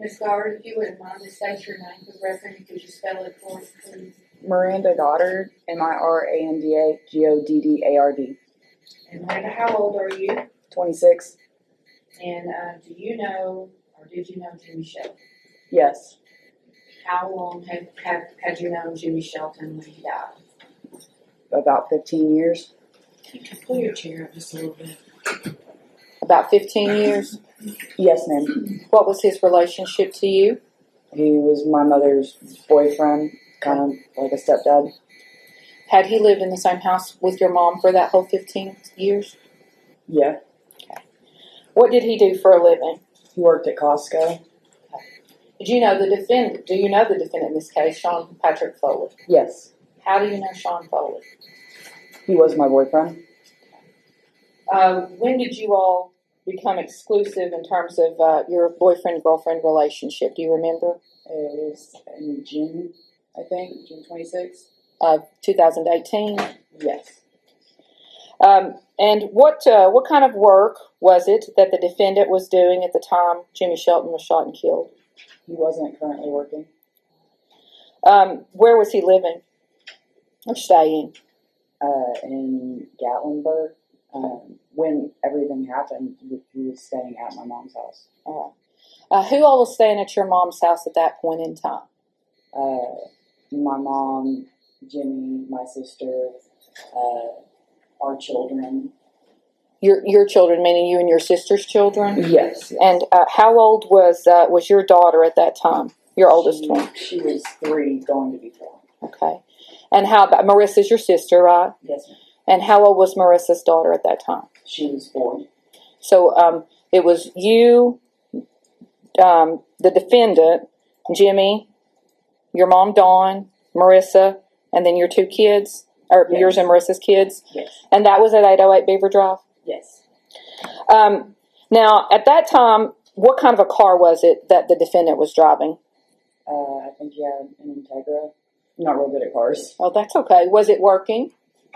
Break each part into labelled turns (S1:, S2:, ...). S1: Ms. Goddard, if you wouldn't mind, just state your name for the record, if you could spell it for us, please.
S2: Miranda Goddard, M I R A N D A G O D D A R D,
S1: And Miranda, how old are you?
S2: 26.
S1: And, uh, do you know, or did you know Jimmy Shelton?
S2: Yes,
S1: How long had, had, had you known Jimmy Shelton when he died?
S2: about 15 years.
S3: You can pull your chair up just a little bit.
S4: About 15 years.
S2: Yes, ma'am.
S4: What was his relationship to you?
S2: He was my mother's boyfriend, kind of like a stepdad.
S4: Had he lived in the same house with your mom for that whole 15 years?
S2: Yeah,
S4: What did he do for a living?
S2: he worked at Costco.
S4: Did you know the defendant? Do you know the defendant in this case, Sean Patrick Foley?
S2: Yes,
S4: How do you know Sean Foley?
S2: he was my boyfriend.
S4: Uh, when did you all become exclusive in terms of uh, your boyfriend girlfriend relationship? Do you remember?
S2: It was in June, I think, June 26th.
S4: Uh, 2018.
S2: Yes,
S4: Um, and what uh, what kind of work was it that the defendant was doing at the time Jimmy Shelton was shot and killed?
S2: he wasn't currently working.
S4: Um, where was he living or staying?
S2: uh, in Gatlinburg. Um, when everything happened, he he was staying at my mom's house.
S4: All right. Uh, who all was staying at your mom's house at that point in time?
S2: Uh, my mom, Jimmy, my sister, uh, our children.
S4: Your your children, meaning you and your sister's children.
S2: Yes.
S4: And uh, how old was uh, was your daughter at that time? Your oldest
S2: she,
S4: one.
S2: She was three, going to be four.
S4: Okay. And how about Marissa's your sister, right?
S2: Yes, ma'am.
S4: And how old was Marissa's daughter at that time?
S2: She was four.
S4: So um, it was you, um, the defendant, Jimmy, your mom, Dawn, Marissa, and then your two kids, or
S2: Yes.
S4: yours and Marissa's kids.
S2: Yes.
S4: And that was at 808 Beaver Drive.
S2: Yes.
S4: Um, now, at that time, what kind of a car was it that the defendant was driving?
S2: Uh, I think he had an Integra. Not real good at cars.
S4: Oh, that's okay. Was it working?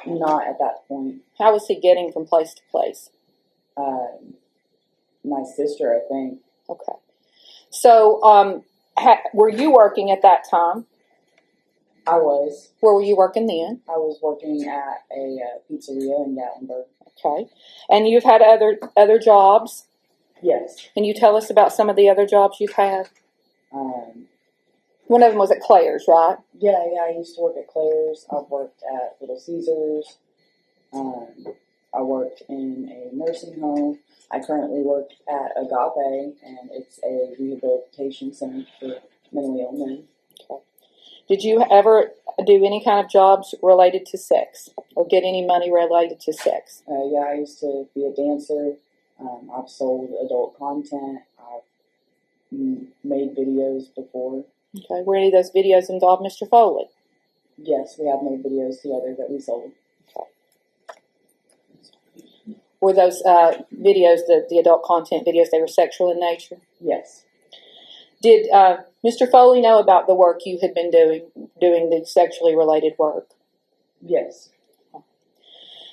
S2: Not at that point.
S4: How was he getting from place to place?
S2: Um, my sister, I think.
S4: Okay. So, um, ha- were you working at that time?
S2: I was.
S4: Where were you working then?
S2: I was working at a uh, pizzeria in Gatlinburg.
S4: Okay. And you've had other other jobs.
S2: Yes.
S4: Can you tell us about some of the other jobs you've had?
S2: Um,
S4: One of them was at Claire's, right?
S2: yeah, yeah. I used to work at Claire's. I've worked at Little Caesars. Um, I worked in a nursing home. I currently work at Agape, and it's a rehabilitation center for mentally ill men.
S4: Did you ever do any kind of jobs related to sex or get any money related to sex?
S2: Uh, yeah, I used to be a dancer. Um, I've sold adult content. I've mm, made videos before.
S4: Okay. Were any of those videos involved Mr. Foley?
S2: Yes, we have made videos together that we sold.
S4: Were those uh, videos, the, the adult content videos, they were sexual in nature?
S2: Yes.
S4: Did uh, Mr. Foley know about the work you had been doing, doing the sexually related work?
S2: Yes.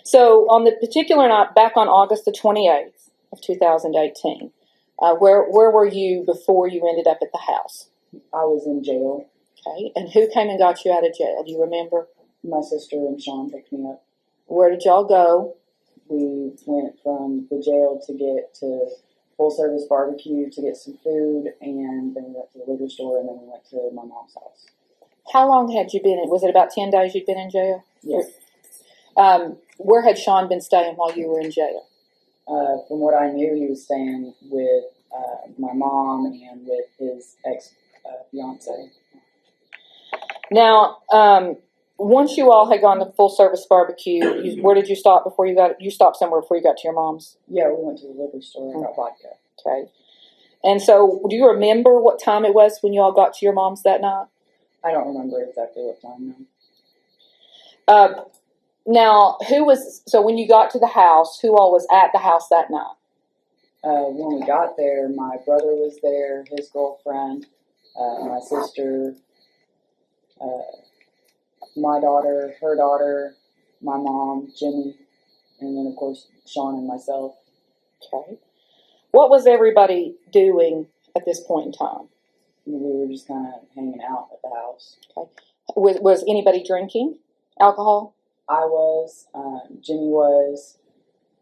S4: So on the particular night, back on August the 28th of 2018, uh, where where were you before you ended up at the house?
S2: I was in jail.
S4: Okay, and who came and got you out of jail? Do you remember?
S2: My sister and Sean picked me up.
S4: Where did y'all go?
S2: We went from the jail to get to full service barbecue to get some food, and then we went to the liquor store, and then we went to my mom's house.
S4: How long had you been? in? Was it about 10 days you'd been in jail?
S2: Yes.
S4: Um, where had Sean been staying while you were in jail?
S2: Uh, from what I knew, he was staying with uh, my mom and with his ex uh, fiance.
S4: Now, um, once you all had gone to full service barbecue, you, where did you stop before you got? You stopped somewhere before you got to your mom's.
S2: Yeah, we went to the liquor store and got vodka.
S4: Okay. And so, do you remember what time it was when you all got to your mom's that night?
S2: I don't remember exactly what time. though.
S4: Uh, now, who was so when you got to the house? Who all was at the house that night?
S2: Uh, when we got there, my brother was there, his girlfriend, uh, my sister, uh, my daughter, her daughter, my mom, Jimmy, and then of course Sean and myself.
S4: Okay. What was everybody doing at this point in time?
S2: we were just kind of hanging out at the house.
S4: Was, was anybody drinking alcohol?
S2: I was, um, Jimmy was,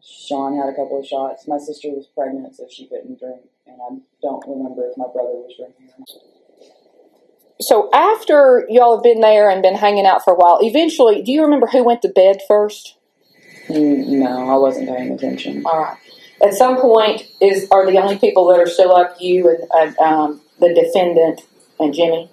S2: Sean had a couple of shots. My sister was pregnant, so she couldn't drink, and I don't remember if my brother was drinking. or not.
S4: So after y'all have been there and been hanging out for a while, eventually, do you remember who went to bed first?
S2: Mm, No, I wasn't paying attention.
S4: All right. At some point, is are the only people that are still up you and uh, um, the defendant and Jimmy?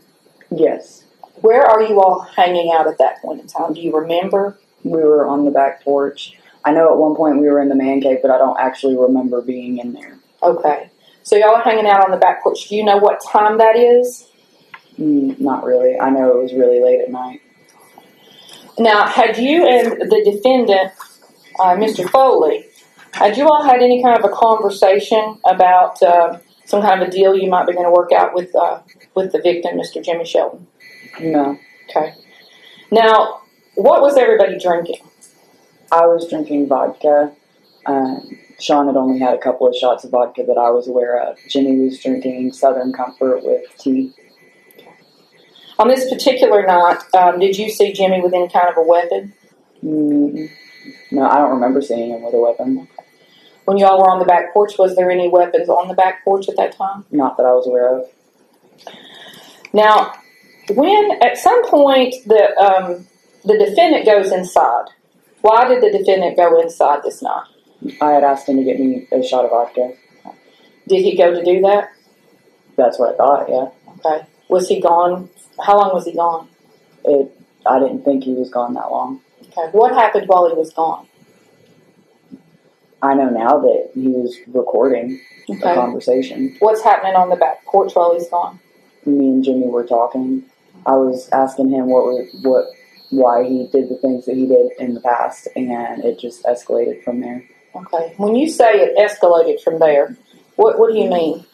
S2: Yes,
S4: Where are you all hanging out at that point in time? Do you remember?
S2: we were on the back porch. I know at one point we were in the man cave, but I don't actually remember being in there.
S4: Okay. So y'all are hanging out on the back porch. Do you know what time that is?
S2: Mm, not really. I know it was really late at night.
S4: Now, had you and the defendant, uh, Mr. Foley, had you all had any kind of a conversation about uh, some kind of a deal you might be going to work out with uh, with the victim, Mr. Jimmy Shelton?
S2: No,
S4: Now, what was everybody drinking?
S2: I was drinking vodka. Um, Sean had only had a couple of shots of vodka that I was aware of. Jimmy was drinking Southern Comfort with tea.
S4: On this particular night, um, did you see Jimmy with any kind of a weapon?
S2: Mm, no, I don't remember seeing him with a weapon.
S4: When y'all were on the back porch, was there any weapons on the back porch at that time?
S2: Not that I was aware of.
S4: Now, when at some point the um, the defendant goes inside, why did the defendant go inside this night?
S2: I had asked him to get me a shot of vodka.
S4: Did he go to do that?
S2: That's what I thought. Yeah,
S4: Okay. Was he gone? How long was he gone?
S2: it. I didn't think he was gone that long.
S4: Okay. What happened while he was gone?
S2: I know now that he was recording a
S4: Okay.
S2: conversation.
S4: What's happening on the back porch while he's gone?
S2: Me and Jimmy were talking. I was asking him what were, what why he did the things that he did in the past, and it just escalated from there.
S4: Okay. When you say it escalated from there, what what do you mean?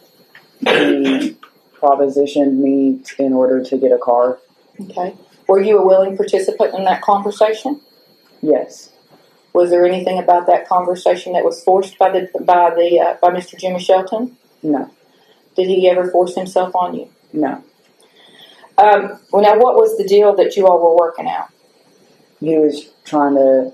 S2: He propositioned me in order to get a car.
S4: Okay. Were you a willing participant in that conversation?
S2: Yes,
S4: Was there anything about that conversation that was forced by the by the uh, by Mr. Jimmy Shelton?
S2: No.
S4: Did he ever force himself on you?
S2: no.
S4: Um, well, now what was the deal that you all were working out?
S2: He was trying to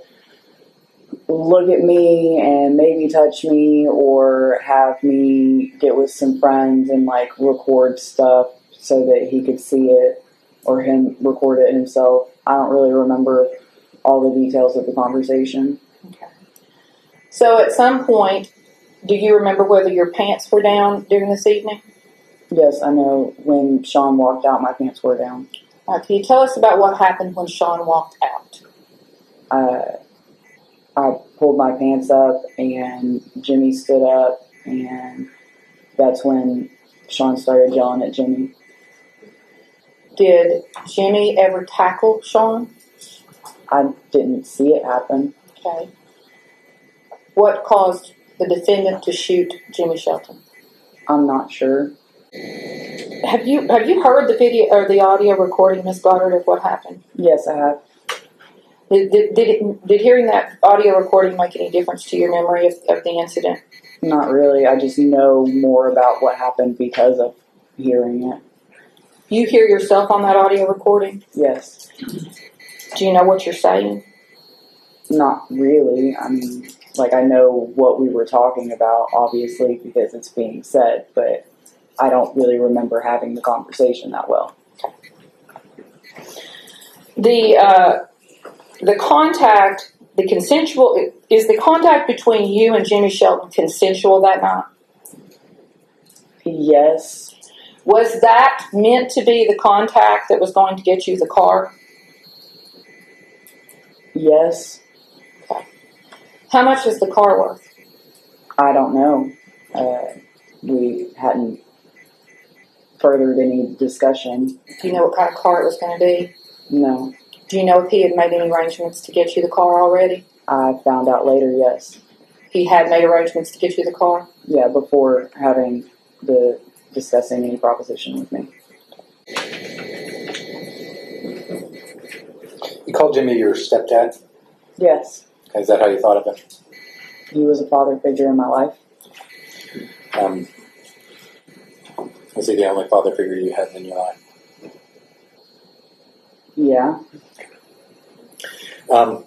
S2: look at me and maybe touch me or have me get with some friends and like record stuff so that he could see it or him record it himself. I don't really remember all the details of the conversation.
S4: So at some point, do you remember whether your pants were down during this evening?
S2: Yes, I know when Sean walked out, my pants were down.
S4: Uh, can you tell us about what happened when Sean walked out?
S2: uh, I pulled my pants up and Jimmy stood up and that's when Sean started yelling at Jimmy.
S4: Did Jimmy ever tackle Sean?
S2: I didn't see it happen.
S4: Okay. What caused the defendant to shoot Jimmy Shelton?
S2: I'm not sure.
S4: Have you have you heard the video or the audio recording, Miss Goddard, of what happened?
S2: Yes, I have.
S4: Did did, did, it, did hearing that audio recording make any difference to your memory of, of the incident?
S2: Not really. I just know more about what happened because of hearing it.
S4: You hear yourself on that audio recording.
S2: Yes.
S4: Do you know what you're saying?
S2: Not really. I mean, like I know what we were talking about obviously because it's being said, but I don't really remember having the conversation that well.
S4: The uh, the contact, the consensual is the contact between you and Jimmy Shelton consensual that night.
S2: Yes,
S4: Was that meant to be the contact that was going to get you the car?
S2: yes,
S4: How much is the car worth?
S2: I don't know. Uh, we hadn't furthered any discussion.
S4: Do you know what kind of car it was going to be?
S2: No,
S4: Do you know if he had made any arrangements to get you the car already?
S2: I found out later. Yes,
S4: He had made arrangements to get you the car.
S2: yeah, before having the discussing any proposition with me.
S5: You called Jimmy your stepdad.
S2: Yes,
S5: Is that how you thought of him?
S2: he was a father figure in my life.
S5: Um, Was he the only father figure you had in your life?
S2: Yeah.
S5: Um,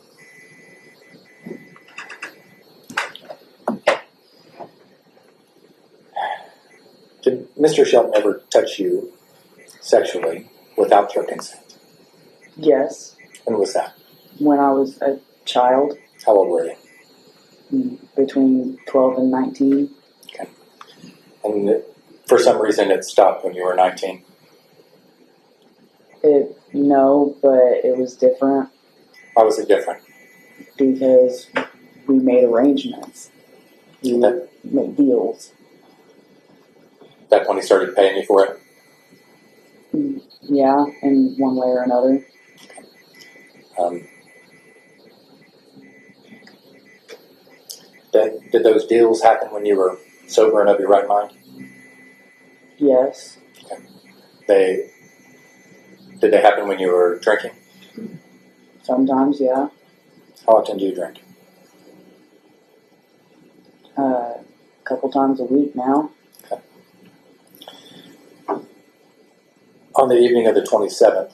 S5: did Mr. Shelton ever touch you sexually without your consent?
S2: Yes.
S5: When was that?
S2: When I was a child,
S5: How old were you?
S2: between 12 and 19,
S5: And it- for some reason, it stopped when you were 19.
S2: it no, but it was different
S5: How was it different?
S2: because we made arrangements. We
S5: Okay.
S2: made deals.
S5: That's when he started paying you for it.
S2: Yeah, in one way or another.
S5: Um, did, did those deals happen when you were sober and of your right mind?
S2: Yes.
S5: They did they happen when you were drinking?
S2: Sometimes, yeah.
S5: How often do you drink?
S2: Uh, a couple times a week now.
S5: On the evening of the 27th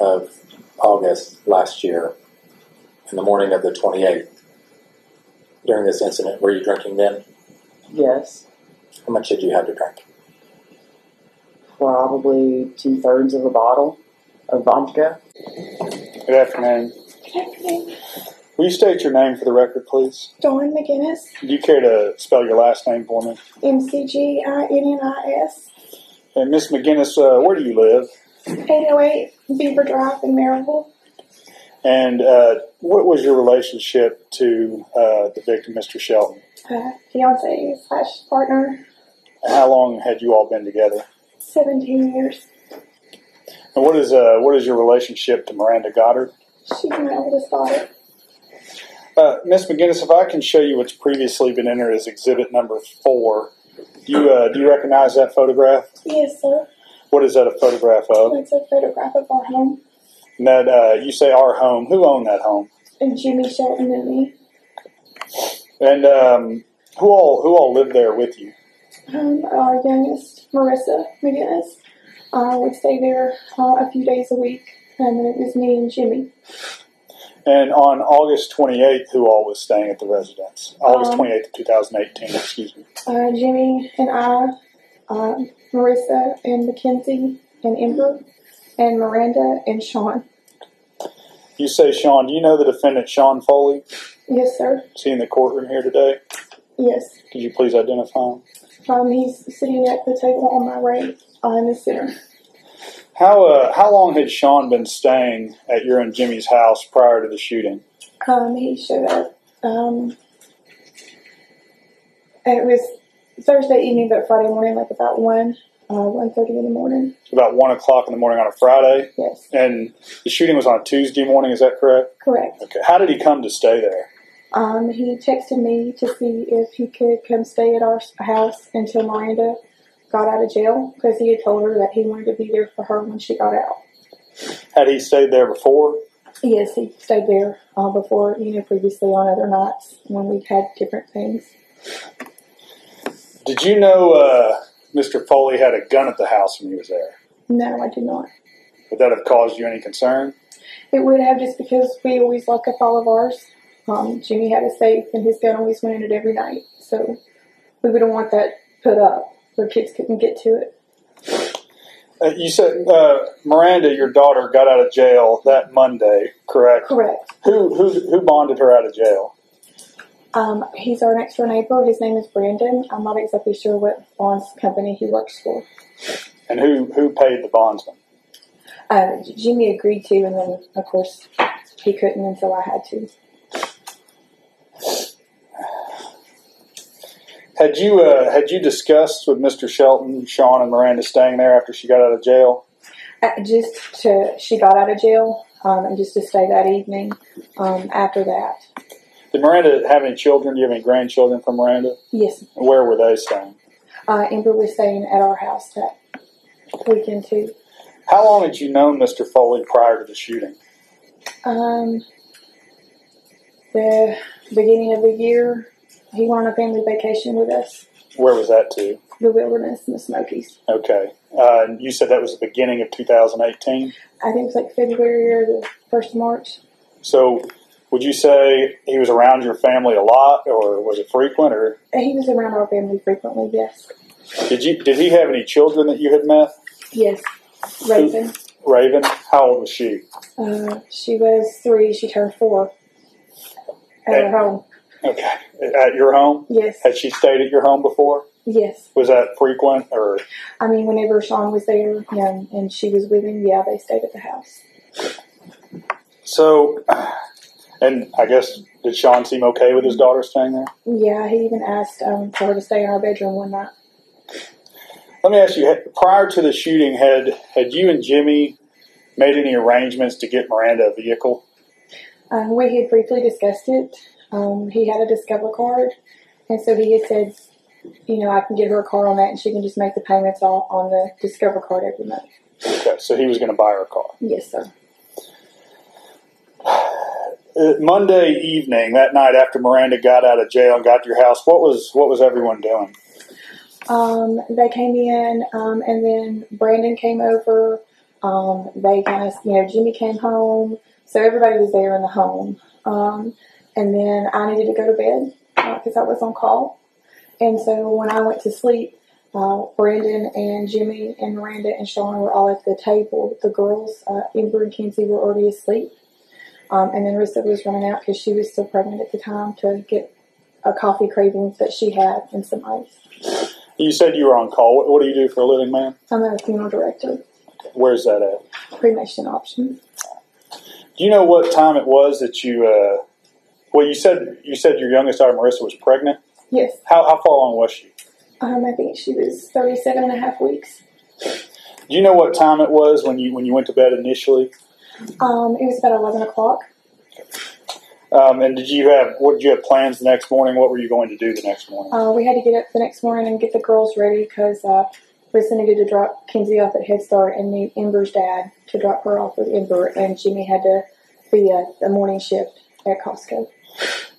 S5: of August last year, in the morning of the 28th, during this incident, were you drinking then?
S2: Yes.
S5: How much did you have to drink?
S2: Probably two thirds of a bottle of vodka.
S6: Good afternoon.
S7: Good afternoon.
S6: Will you state your name for the record, please?
S7: Dawn McGinnis,
S6: Do you care to spell your last name for me?
S7: M C G I N N I S,
S6: And Miss McGinnis, uh, where do you live?
S7: 808 Beaver Drive in Maryville.
S6: And uh, what was your relationship to uh, the victim, Mr. Shelton?
S7: Uh, fiance slash partner,
S6: And how long had you all been together?
S7: 17 years.
S6: And what is uh, what is your relationship to Miranda Goddard?
S7: She's my oldest daughter.
S6: Uh, Miss McGinnis, if I can show you what's previously been entered as Exhibit Number Four, do you uh, do you recognize that photograph?
S7: Yes, sir.
S6: What is that a photograph of?
S7: It's a photograph of our home
S6: And that uh, you say our home. Who owned that home?
S7: and Jimmy Shelton and me.
S6: And um, who all who all lived there with you?
S7: Um, our youngest, Marissa McGinnis, uh, would stay there uh, a few days a week, and then it was me and Jimmy.
S6: And on August 28th, who all was staying at the residence? August
S7: Um,
S6: 28th, 2018, excuse me.
S7: Uh, Jimmy and I, uh, Marissa and Mackenzie and Ember and Miranda and Sean.
S6: You say, Sean, do you know the defendant, Sean Foley?
S7: Yes, sir.
S6: Is he in the courtroom here today?
S7: Yes.
S6: Could you please identify him?
S7: Um, he's sitting at the table on my right uh, in the center.
S6: How, uh, how long had Sean been staying at your and Jimmy's house prior to the shooting?
S7: Um, he showed up. Um, it was Thursday evening, but Friday morning, like about one, uh, one thirty in the morning.
S6: About 1 o'clock in the morning on a Friday?
S7: Yes,
S6: And the shooting was on a Tuesday morning, is that correct?
S7: correct.
S6: Okay. How did he come to stay there?
S7: Um, he texted me to see if he could come stay at our house until Miranda got out of jail because he had told her that he wanted to be there for her when she got out.
S6: Had he stayed there before?
S7: Yes, he stayed there uh, before, you know, previously on other nights when we had different things.
S6: Did you know uh, Mr. Foley had a gun at the house when he was there?
S7: No, I do not.
S6: Would that have caused you any concern?
S7: It would have just because we always lock up all of ours. Um, Jimmy had a safe and his gun always went in it every night, so we wouldn't want that put up where kids couldn't get to it.
S6: Uh, you said uh, Miranda, your daughter, got out of jail that Monday, correct?
S7: Correct.
S6: Who who who bonded her out of jail?
S7: Um, he's our next door neighbor. His name is Brandon. I'm not exactly sure what bonds company he works for.
S6: And who who paid the bondsman?
S7: Uh, Jimmy agreed to, and then of course he couldn't until I had to.
S6: Had you uh, had you discussed with Mr. Shelton, Sean, and Miranda staying there after she got out of jail?
S7: Uh, just to, she got out of jail, um, and just to stay that evening. Um, after that,
S6: Did Miranda have any children? Do you have any grandchildren from Miranda?
S7: yes,
S6: Where were they staying?
S7: uh, Amber was staying at our house that weekend too.
S6: How long had you known Mr. Foley prior to the shooting?
S7: Um, the beginning of the year, he went on a family vacation with us.
S6: Where was that to?
S7: the wilderness and the Smokies.
S6: Okay. Uh, you said that was the beginning of 2018.
S7: I think it's like February or the first of March.
S6: So, would you say he was around your family a lot, or was it frequent, or
S7: And he was around our family frequently. Yes,
S6: did you did he have any children that you had met?
S7: yes. Raven,
S6: Raven, how old was she?
S7: uh, she was three. She turned four. At her home.
S6: Okay, at your home.
S7: Yes,
S6: Had she stayed at your home before?
S7: yes.
S6: Was that frequent, or
S7: I mean, whenever Sean was there and, and she was with him, yeah, they stayed at the house.
S6: so? And I guess did Sean seem okay with his daughter staying there?
S7: Yeah, he even asked um, for her to stay in our bedroom one night.
S6: Let me ask you: had- prior to the shooting, had had you and Jimmy made any arrangements to get Miranda a vehicle?
S7: Um, we had briefly discussed it. Um, he had a Discover card, and so he had said, you know, I can get her a car on that, and she can just make the payments all on the Discover card every month.
S6: Okay, so he was going to buy her a car.
S7: Yes, sir.
S6: Uh, Monday evening, that night after Miranda got out of jail and got to your house, what was what was everyone doing?
S7: Um, they came in, um, and then Brandon came over. Um, they kind of, you know, Jimmy came home, so everybody was there in the home. Um, and then I needed to go to bed because I was on call, and so when I went to sleep, uh, Brandon and Jimmy and Miranda and Sean were all at the table. The girls, uh, Amber and Kenzie, were already asleep, um, and then Rissa was running out because she was still pregnant at the time to get a coffee cravings that she had and some ice.
S6: You said you were on call. What, what do you do for a living, man?
S7: I'm a funeral director,
S6: Where's that at?
S7: cremation option.
S6: Do you know what time it was that you? Uh, well, you said you said your youngest daughter Marissa was pregnant.
S7: Yes,
S6: How how far along was she?
S7: um, I think she was 37 and a half weeks.
S6: Do you know what time it was when you when you went to bed initially?
S7: Um, it was about 11 o'clock.
S6: Um, and did you have what did you have plans the next morning? What were you going to do the next morning?
S7: Uh, we had to get up the next morning and get the girls ready because uh, Rissa needed to drop Kenzie off at Head Start and meet Ember's dad to drop her off with Ember, and Jimmy had to be at the morning shift at Costco.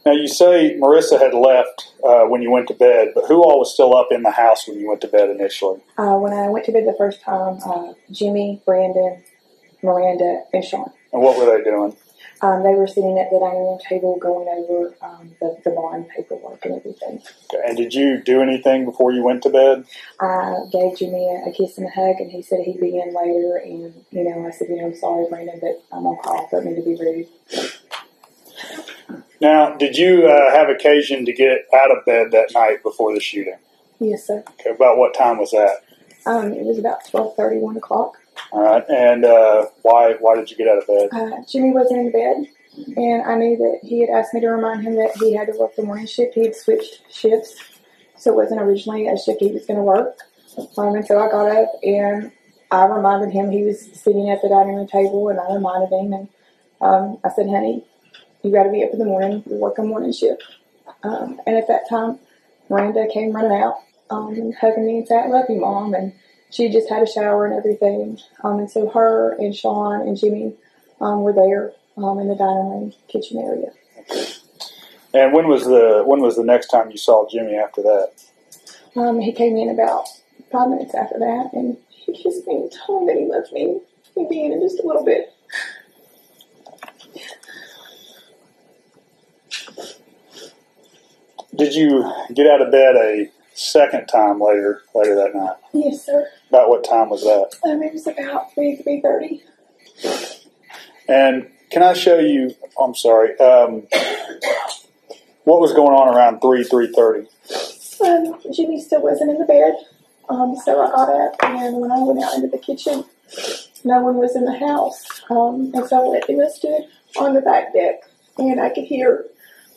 S6: Now you say Marissa had left uh, when you went to bed, but who all was still up in the house when you went to bed initially?
S7: Uh, when I went to bed the first time, uh, Jimmy, Brandon, Miranda, and Sean.
S6: And what were they doing?
S7: Um, they were sitting at the dining room table going over um, the, the bond paperwork and everything.
S6: And did you do anything before you went to bed?
S7: I gave Jimmy a, a kiss and a hug, and he said he'd be in later. And, you know, I said, you know, I'm sorry, Brandon, but I'm on call. Don't mean to be rude.
S6: Now, did you uh, have occasion to get out of bed that night before the shooting?
S7: Yes, sir.
S6: Okay, about what time was that?
S7: Um, it was about twelve thirty, one o'clock.
S6: All right, and uh, why why did you get out of bed?
S7: Uh, Jimmy wasn't in bed, and I knew that he had asked me to remind him that he had to work the morning shift. He had switched shifts, so it wasn't originally a shift he was going to work. Um, and so I got up and I reminded him he was sitting at the dining room table, and I reminded him, and um, I said, "Honey, you got to be up in the morning. You're working morning shift." Um, and at that time, Miranda came running out, um, and hugging me and said, "I love you, mom." And she just had a shower and everything. Um, and so her and Sean and Jimmy um, were there um, in the dining room kitchen area.
S6: And when was the when was the next time you saw Jimmy after that?
S7: Um, he came in about five minutes after that, and he kissed me and told me that he loved me. He'd be in in just a little bit.
S6: Did you get out of bed a second time later later that night?
S7: Yes, sir.
S6: About what time was that?
S7: Um, it was about three three thirty.
S6: And can I show you? I'm sorry. Um, what was going on around three three thirty?
S7: Um, Jimmy still wasn't in the bed, um, so I got up, and when I went out into the kitchen, no one was in the house, um, and so I went and stood on the back deck, and I could hear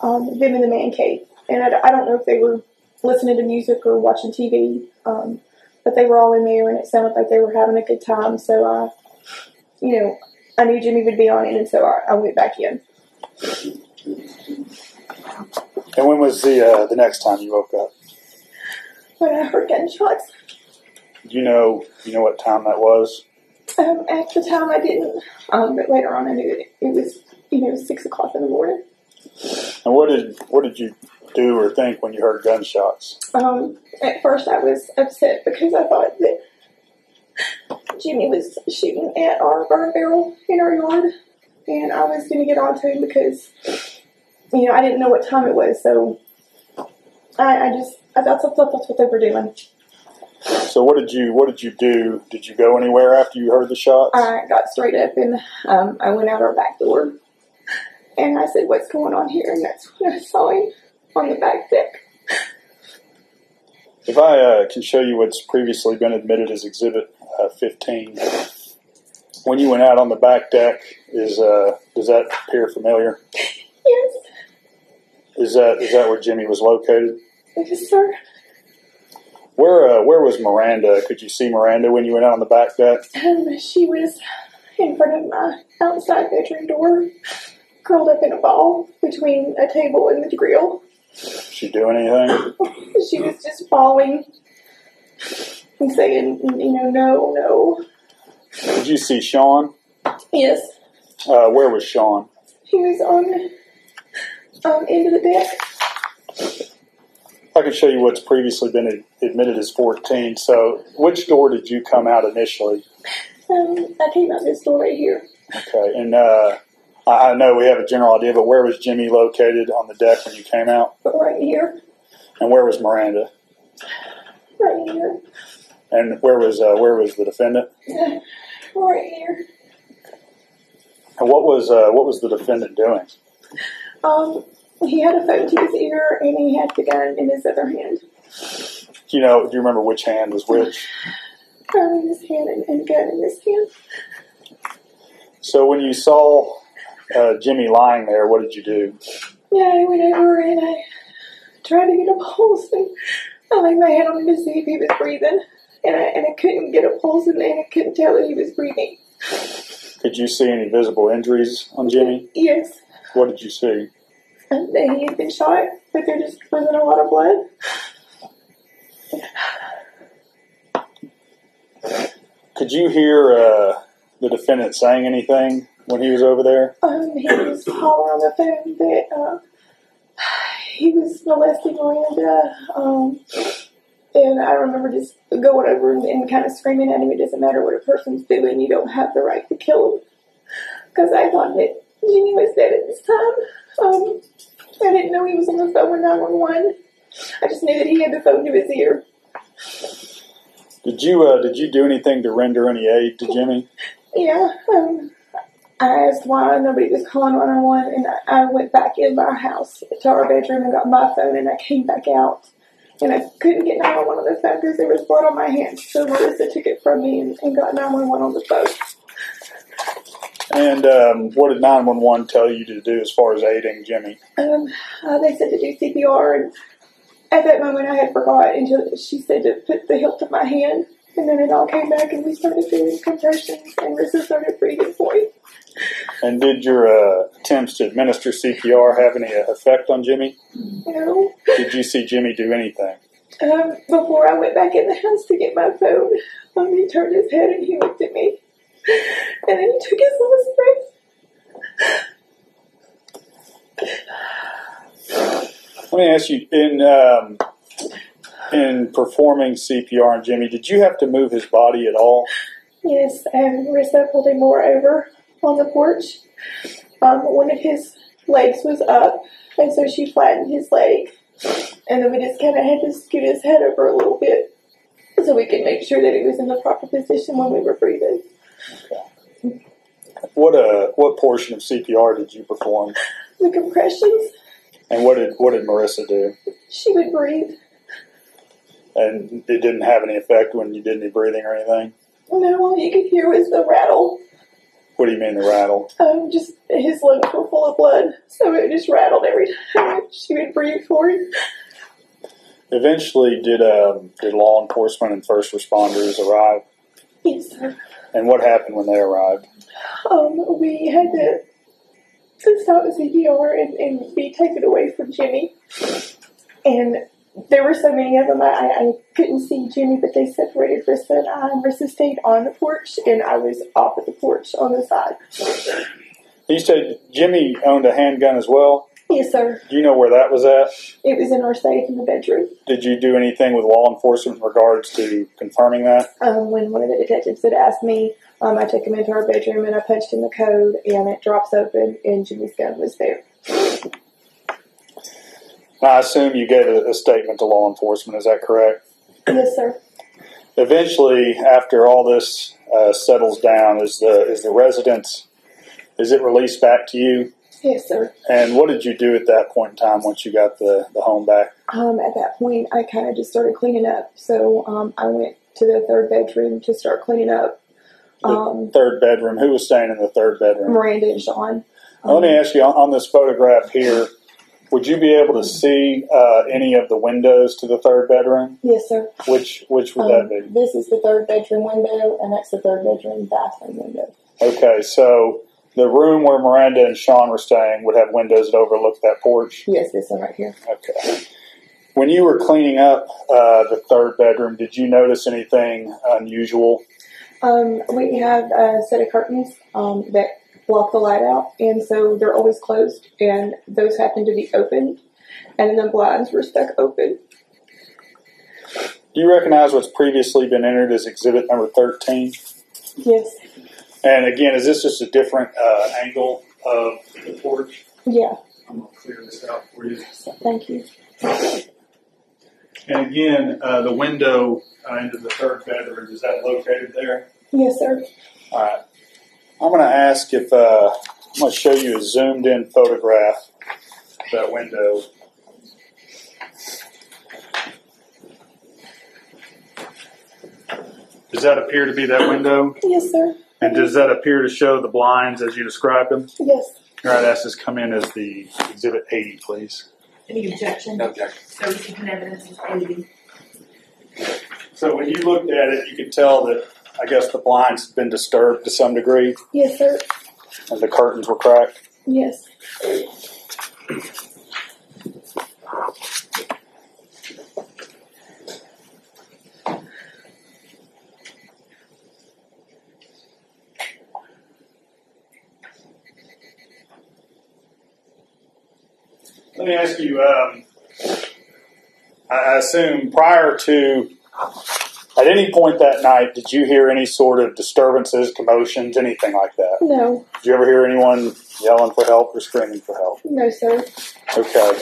S7: um, them in the man cave, and I, I don't know if they were listening to music or watching TV, um, but they were all in there, and it sounded like they were having a good time, so I, you know, I knew Jimmy would be on it, and so I, I went back in.
S6: And when was the uh, the next time you woke up?
S7: When I heard gunshots,
S6: Do you know you know what time that was?
S7: Um, at the time, I didn't, um, but later on, I knew that it was, you know, six o'clock in the morning.
S6: And what did what did you do or think when you heard gunshots?
S7: Um, at first, I was upset because I thought that Jimmy was shooting at our burn barrel in our yard, and I was going to get on to him because, you know, I didn't know what time it was, so I, I just I thought that's, that's what they were doing.
S6: So what did you what did you do? Did you go anywhere after you heard the shots?
S7: I got straight up and um, I went out our back door, and I said, "What's going on here?" And that's when I saw him on the back deck.
S6: If I uh, can show you what's previously been admitted as Exhibit uh, 15, when you went out on the back deck, is uh, does that appear familiar?
S7: Yes,
S6: Is that is that where Jimmy was located?
S7: yes, sir.
S6: Where uh, where was Miranda? Could you see Miranda when you went out on the back deck?
S7: Um, she was in front of my outside bedroom door, curled up in a ball between a table and the grill.
S6: Did she do anything?
S7: She was just bawling and saying, you know, no, no.
S6: Did you see Sean?
S7: Yes,
S6: Uh, where was Sean?
S7: he was on um end of the deck.
S6: If I can show you what's previously been ad- admitted as 14. So which door did you come out initially?
S7: Um, I came out this door right here.
S6: Okay, and uh, I I know we have a general idea, but where was Jimmy located on the deck when you came out?
S7: Right here.
S6: And where was Miranda?
S7: Right here.
S6: And where was uh, where was the defendant?
S7: Right here.
S6: And what was uh, what was the defendant doing?
S7: Um, he had a phone to his ear and he had the gun in his other hand.
S6: You know, do you remember which hand was which?
S7: Gun in his hand and, and gun in his hand.
S6: So when you saw uh, Jimmy lying there, what did you do?
S7: Yeah, I went over and I tried to get a pulse and I laid my hand on him to see if he was breathing. And I, and I couldn't get a pulse and, and I couldn't tell that he was breathing.
S6: Could you see any visible injuries on Jimmy?
S7: Yes,
S6: What did you see?
S7: and that he had been shot, but there just wasn't a lot of blood.
S6: Could you hear uh, the defendant saying anything when he was over there?
S7: Um, he was hollering on the phone that uh, he was molesting Miranda. Um, and I remember just going over and, and kind of screaming at him, it doesn't matter what a person's doing, you don't have the right to kill him. Because I thought that Jimmy was dead at this time. Um, I didn't know he was on the phone with 911. I just knew that he had the phone to his ear.
S6: Did you uh, did you do anything to render any aid to Jimmy?
S7: Yeah, um, I asked why nobody was calling 101, and I, I went back in my house to our bedroom and got my phone, and I came back out. And I couldn't get 911 on the phone because there was blood on my hands, so Marissa took it from me and, and got 911 on the phone.
S6: And um, what did 911 tell you to do as far as aiding Jimmy?
S7: Um, uh, they said to do CPR, and at that moment I had forgot until she said to put the hilt of my hand, and then it all came back, and we started doing compressions, and Marissa started breathing for me.
S6: And did your uh, attempts to administer CPR have any uh, effect on Jimmy?
S7: You know?
S6: Did you see Jimmy do anything?
S7: Um, before I went back in the house to get my phone, um, he turned his head and he looked at me. And then he took his last breath.
S6: Let me ask you in um, in performing CPR on Jimmy, did you have to move his body at all?
S7: Yes, and Marissa pulled him more over on the porch. Um, one of his legs was up, and so she flattened his leg. And then we just kind of had to scoot his head over a little bit so we could make sure that he was in the proper position when we were breathing.
S6: What uh, what portion of CPR did you perform?
S7: The compressions,
S6: And what did what did Marissa do?
S7: she would breathe.
S6: And it didn't have any effect when you did any breathing or anything.
S7: No, all you could hear was the rattle.
S6: What do you mean the rattle?
S7: um, just his lungs were full of blood, so it just rattled every time she would breathe for him.
S6: Eventually, did um, did law enforcement and first responders arrive?
S7: Yes, sir.
S6: And what happened when they arrived?
S7: Um, we had to to stop the CPR and, and be taken away from Jimmy. And there were so many of them, I, I couldn't see Jimmy, but they separated Rissa and I. Rissa stayed on the porch, and I was off at the porch on the side.
S6: You said Jimmy owned a handgun as well.
S7: Yes, sir.
S6: Do you know where that was at?
S7: It was in our safe in the bedroom.
S6: Did you do anything with law enforcement in regards to confirming that?
S7: Um, when one of the detectives had asked me, um, I took him into our bedroom and I punched in the code, and it drops open, and Jimmy's gun was there.
S6: I assume you gave a, a statement to law enforcement. Is that correct?
S7: Yes, sir.
S6: Eventually, after all this uh, settles down, is the is the residence is it released back to you?
S7: Yes, sir.
S6: And what did you do at that point in time once you got the, the home back?
S7: Um, at that point, I kind of just started cleaning up. So um, I went to the third bedroom to start cleaning up. Um,
S6: Third bedroom. Who was staying in the third bedroom?
S7: Miranda and Sean. Um,
S6: Now, Let me ask you on, on this photograph here. Would you be able to see uh, any of the windows to the third bedroom?
S7: Yes, sir.
S6: Which which would that
S7: Um,
S6: be?
S7: this is the third bedroom window, and that's the third bedroom bathroom window.
S6: Okay, so the room where Miranda and Sean were staying would have windows that overlook that porch.
S7: Yes, this one right here.
S6: Okay. When you were cleaning up uh, the third bedroom, did you notice anything unusual?
S7: Um, we have a set of curtains um, that block the light out, and so they're always closed, and those happen to be open, and the blinds were stuck open.
S6: Do you recognize what's previously been entered as exhibit number 13?
S7: Yes.
S6: And again, is this just a different uh, angle of the porch?
S7: Yeah.
S6: I'm going to clear this out for you.
S7: Thank you.
S6: And again, uh, the window uh, into the third bedroom, is that located there?
S7: Yes, sir.
S6: All right. I'm going to ask if, uh, I'm going to show you a zoomed in photograph of that window. Does that appear to be that window?
S7: Yes, sir.
S6: And does that appear to show the blinds as you described them?
S7: Yes.
S6: All right, ask this come in as the exhibit 80, please.
S1: Any objection?
S5: No objection.
S1: So we can evidence is eighty.
S6: So when you looked at it, you could tell that, I guess, the blinds had been disturbed to some degree
S7: Yes, sir.
S6: and the curtains were cracked.
S7: Yes.
S6: Let me ask you. Um, I- I assume prior to, at any point that night, did you hear any sort of disturbances, commotions, anything like that?
S7: No.
S6: Did you ever hear anyone yelling for help or screaming for help?
S7: No, sir.
S6: Okay.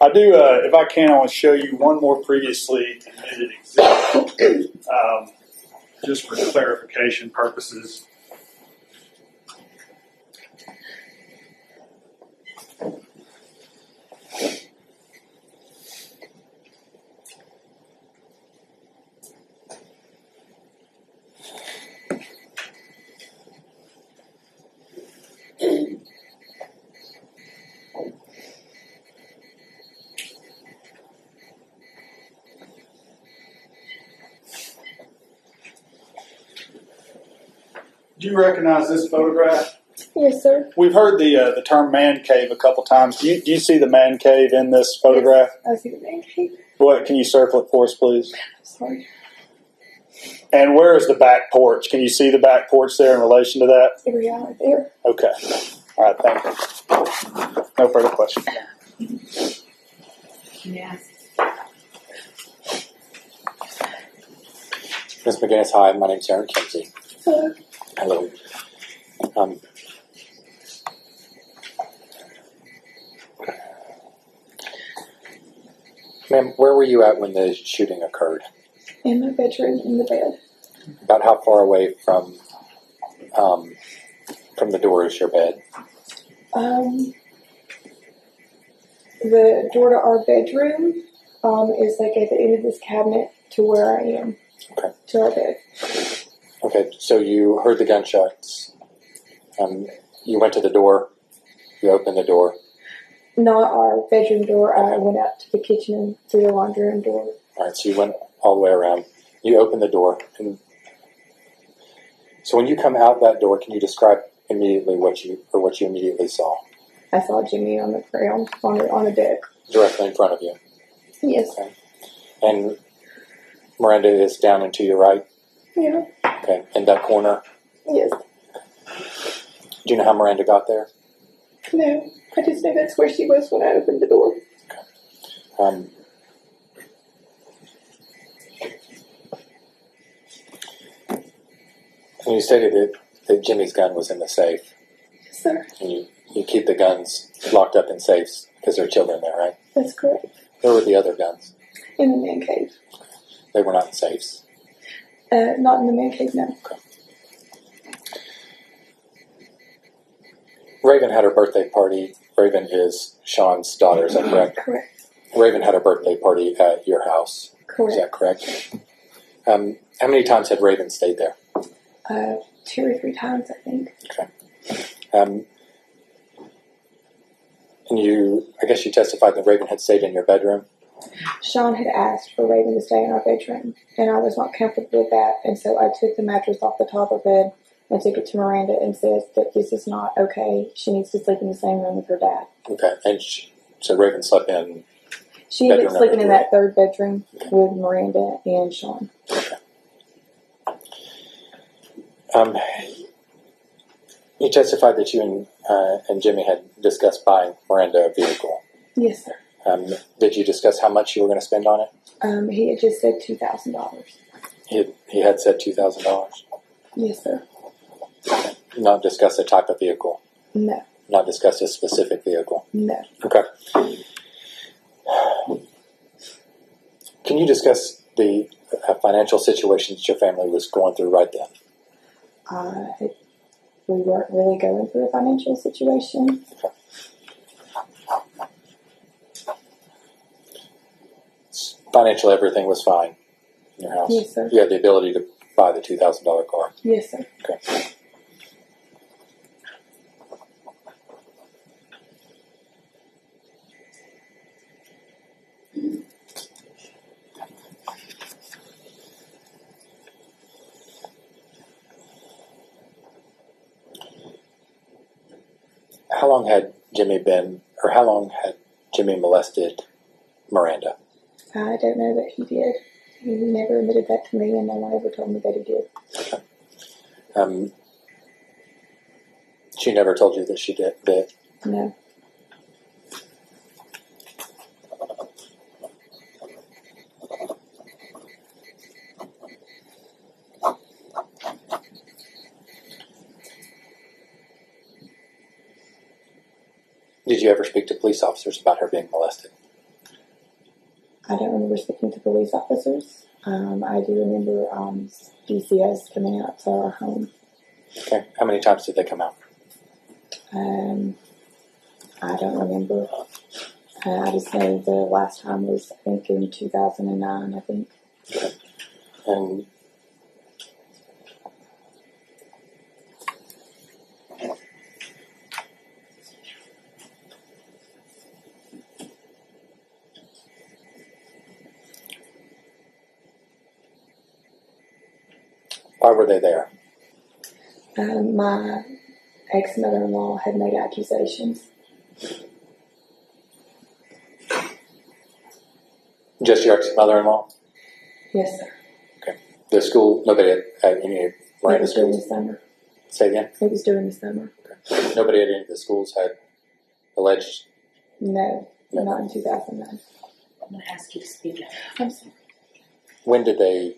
S6: I do, uh, if I can, I want to show you one more previously admitted exhibit, um, just for clarification purposes. Do you recognize this photograph?
S7: Yes, sir.
S6: We've heard the uh, the term man cave a couple times. Do you, do you see the man cave in this photograph?
S7: I see the name.
S6: What can you circle it for us, please?
S7: Sorry.
S6: And where is the back porch? Can you see the back porch there in relation to that?
S7: Here we are. There.
S6: Okay. All right. Thank you. No further questions.
S1: Yes.
S5: Ms. McGinnis, hi. My name's Aaron Kinsey.
S7: Hello.
S5: Hello. Um, ma'am, where were you at when the shooting occurred?
S7: In my bedroom, in the bed.
S5: About how far away from um, from the door is your bed?
S7: Um, the door to our bedroom um, is like at the end of this cabinet to where I am.
S5: Okay.
S7: To our bed.
S5: Okay, so you heard the gunshots. Um, you went to the door. You opened the door.
S7: Not our bedroom door. I went out to the kitchen and through the laundry room door.
S5: All right, so you went all the way around. You opened the door, and so when you come out that door, can you describe immediately what you or what you immediately saw
S7: I saw Jimmy on the ground, on the, on the deck.
S5: directly in front of you?
S7: Yes.
S5: And Miranda is down and to your right.
S7: Yeah.
S5: Okay, in that corner.
S7: Yes.
S5: Do you know how Miranda got there?
S7: No, I just know that's where she was when I opened the door.
S8: Um, and you stated that, that Jimmy's gun was in the safe,
S7: Yes, sir.
S8: and you, you keep the guns locked up in safes because there are children there, right?
S7: That's correct.
S8: Where were the other guns?
S7: In the man cave.
S8: They were not in safes.
S7: Uh, not in the man cave, no.
S8: Raven had her birthday party. Raven is Sean's daughter, is that correct?
S7: Correct.
S8: Raven had her birthday party at your house, is
S7: Correct.
S8: that correct? Um, how many times had Raven stayed there?
S7: Uh, two or three times, I think.
S8: Um, and you, I guess you testified that Raven had stayed in your bedroom.
S7: Sean had asked for Raven to stay in our bedroom, and I was not comfortable with that, and so I took the mattress off the top of the bed and took it to Miranda and said that this is not okay. She needs to sleep in the same room with her dad.
S8: Okay, and she, so Raven slept in.
S7: She ended
S8: Bedroom
S7: up
S8: number
S7: sleeping in that third bedroom with Miranda and Sean.
S8: Um, you testified that you and uh, and Jimmy had discussed buying Miranda a vehicle.
S7: Yes, sir.
S8: Um, did you discuss how much you were going to spend on it?
S7: Um, he had just said two thousand dollars.
S8: He had, he had said two thousand dollars.
S7: Yes, sir.
S8: Not discuss the type of vehicle.
S7: No,
S8: Not discuss a specific vehicle.
S7: no.
S8: Okay. Can you discuss the uh, financial situation that your family was going through right then?
S7: Uh, it, we weren't really going through a financial situation.
S8: Financially, everything was fine in your house.
S7: Yes, sir.
S8: You had the ability to buy the two thousand dollar car.
S7: Yes, sir.
S8: How long had Jimmy been, or how long had Jimmy molested Miranda?
S7: I don't know that he did. He never admitted that to me, and no one ever told me that he did.
S8: Um, she never told you that she did that.
S7: No.
S8: Did you ever speak to police officers about her being molested?
S7: I don't remember speaking to police officers. Um, I do remember um, DCS coming out to our home.
S8: Okay. How many times did they come out?
S7: Um, I don't remember. Uh, I just know the last time was, I think, in 2009, I think.
S8: And why were they there?
S7: Um, my ex mother in law had made accusations.
S8: Just your ex-mother-in-law.
S7: Yes, sir.
S8: The school. Nobody at, at any of
S7: It
S8: Miranda's
S7: was during
S8: schools.
S7: the summer.
S8: Say again.
S7: It was during the summer.
S8: Nobody at any of the schools had alleged
S7: No,
S8: No.
S7: not in 2009.
S9: I'm going to ask you to speak up.
S7: I'm sorry.
S8: when did they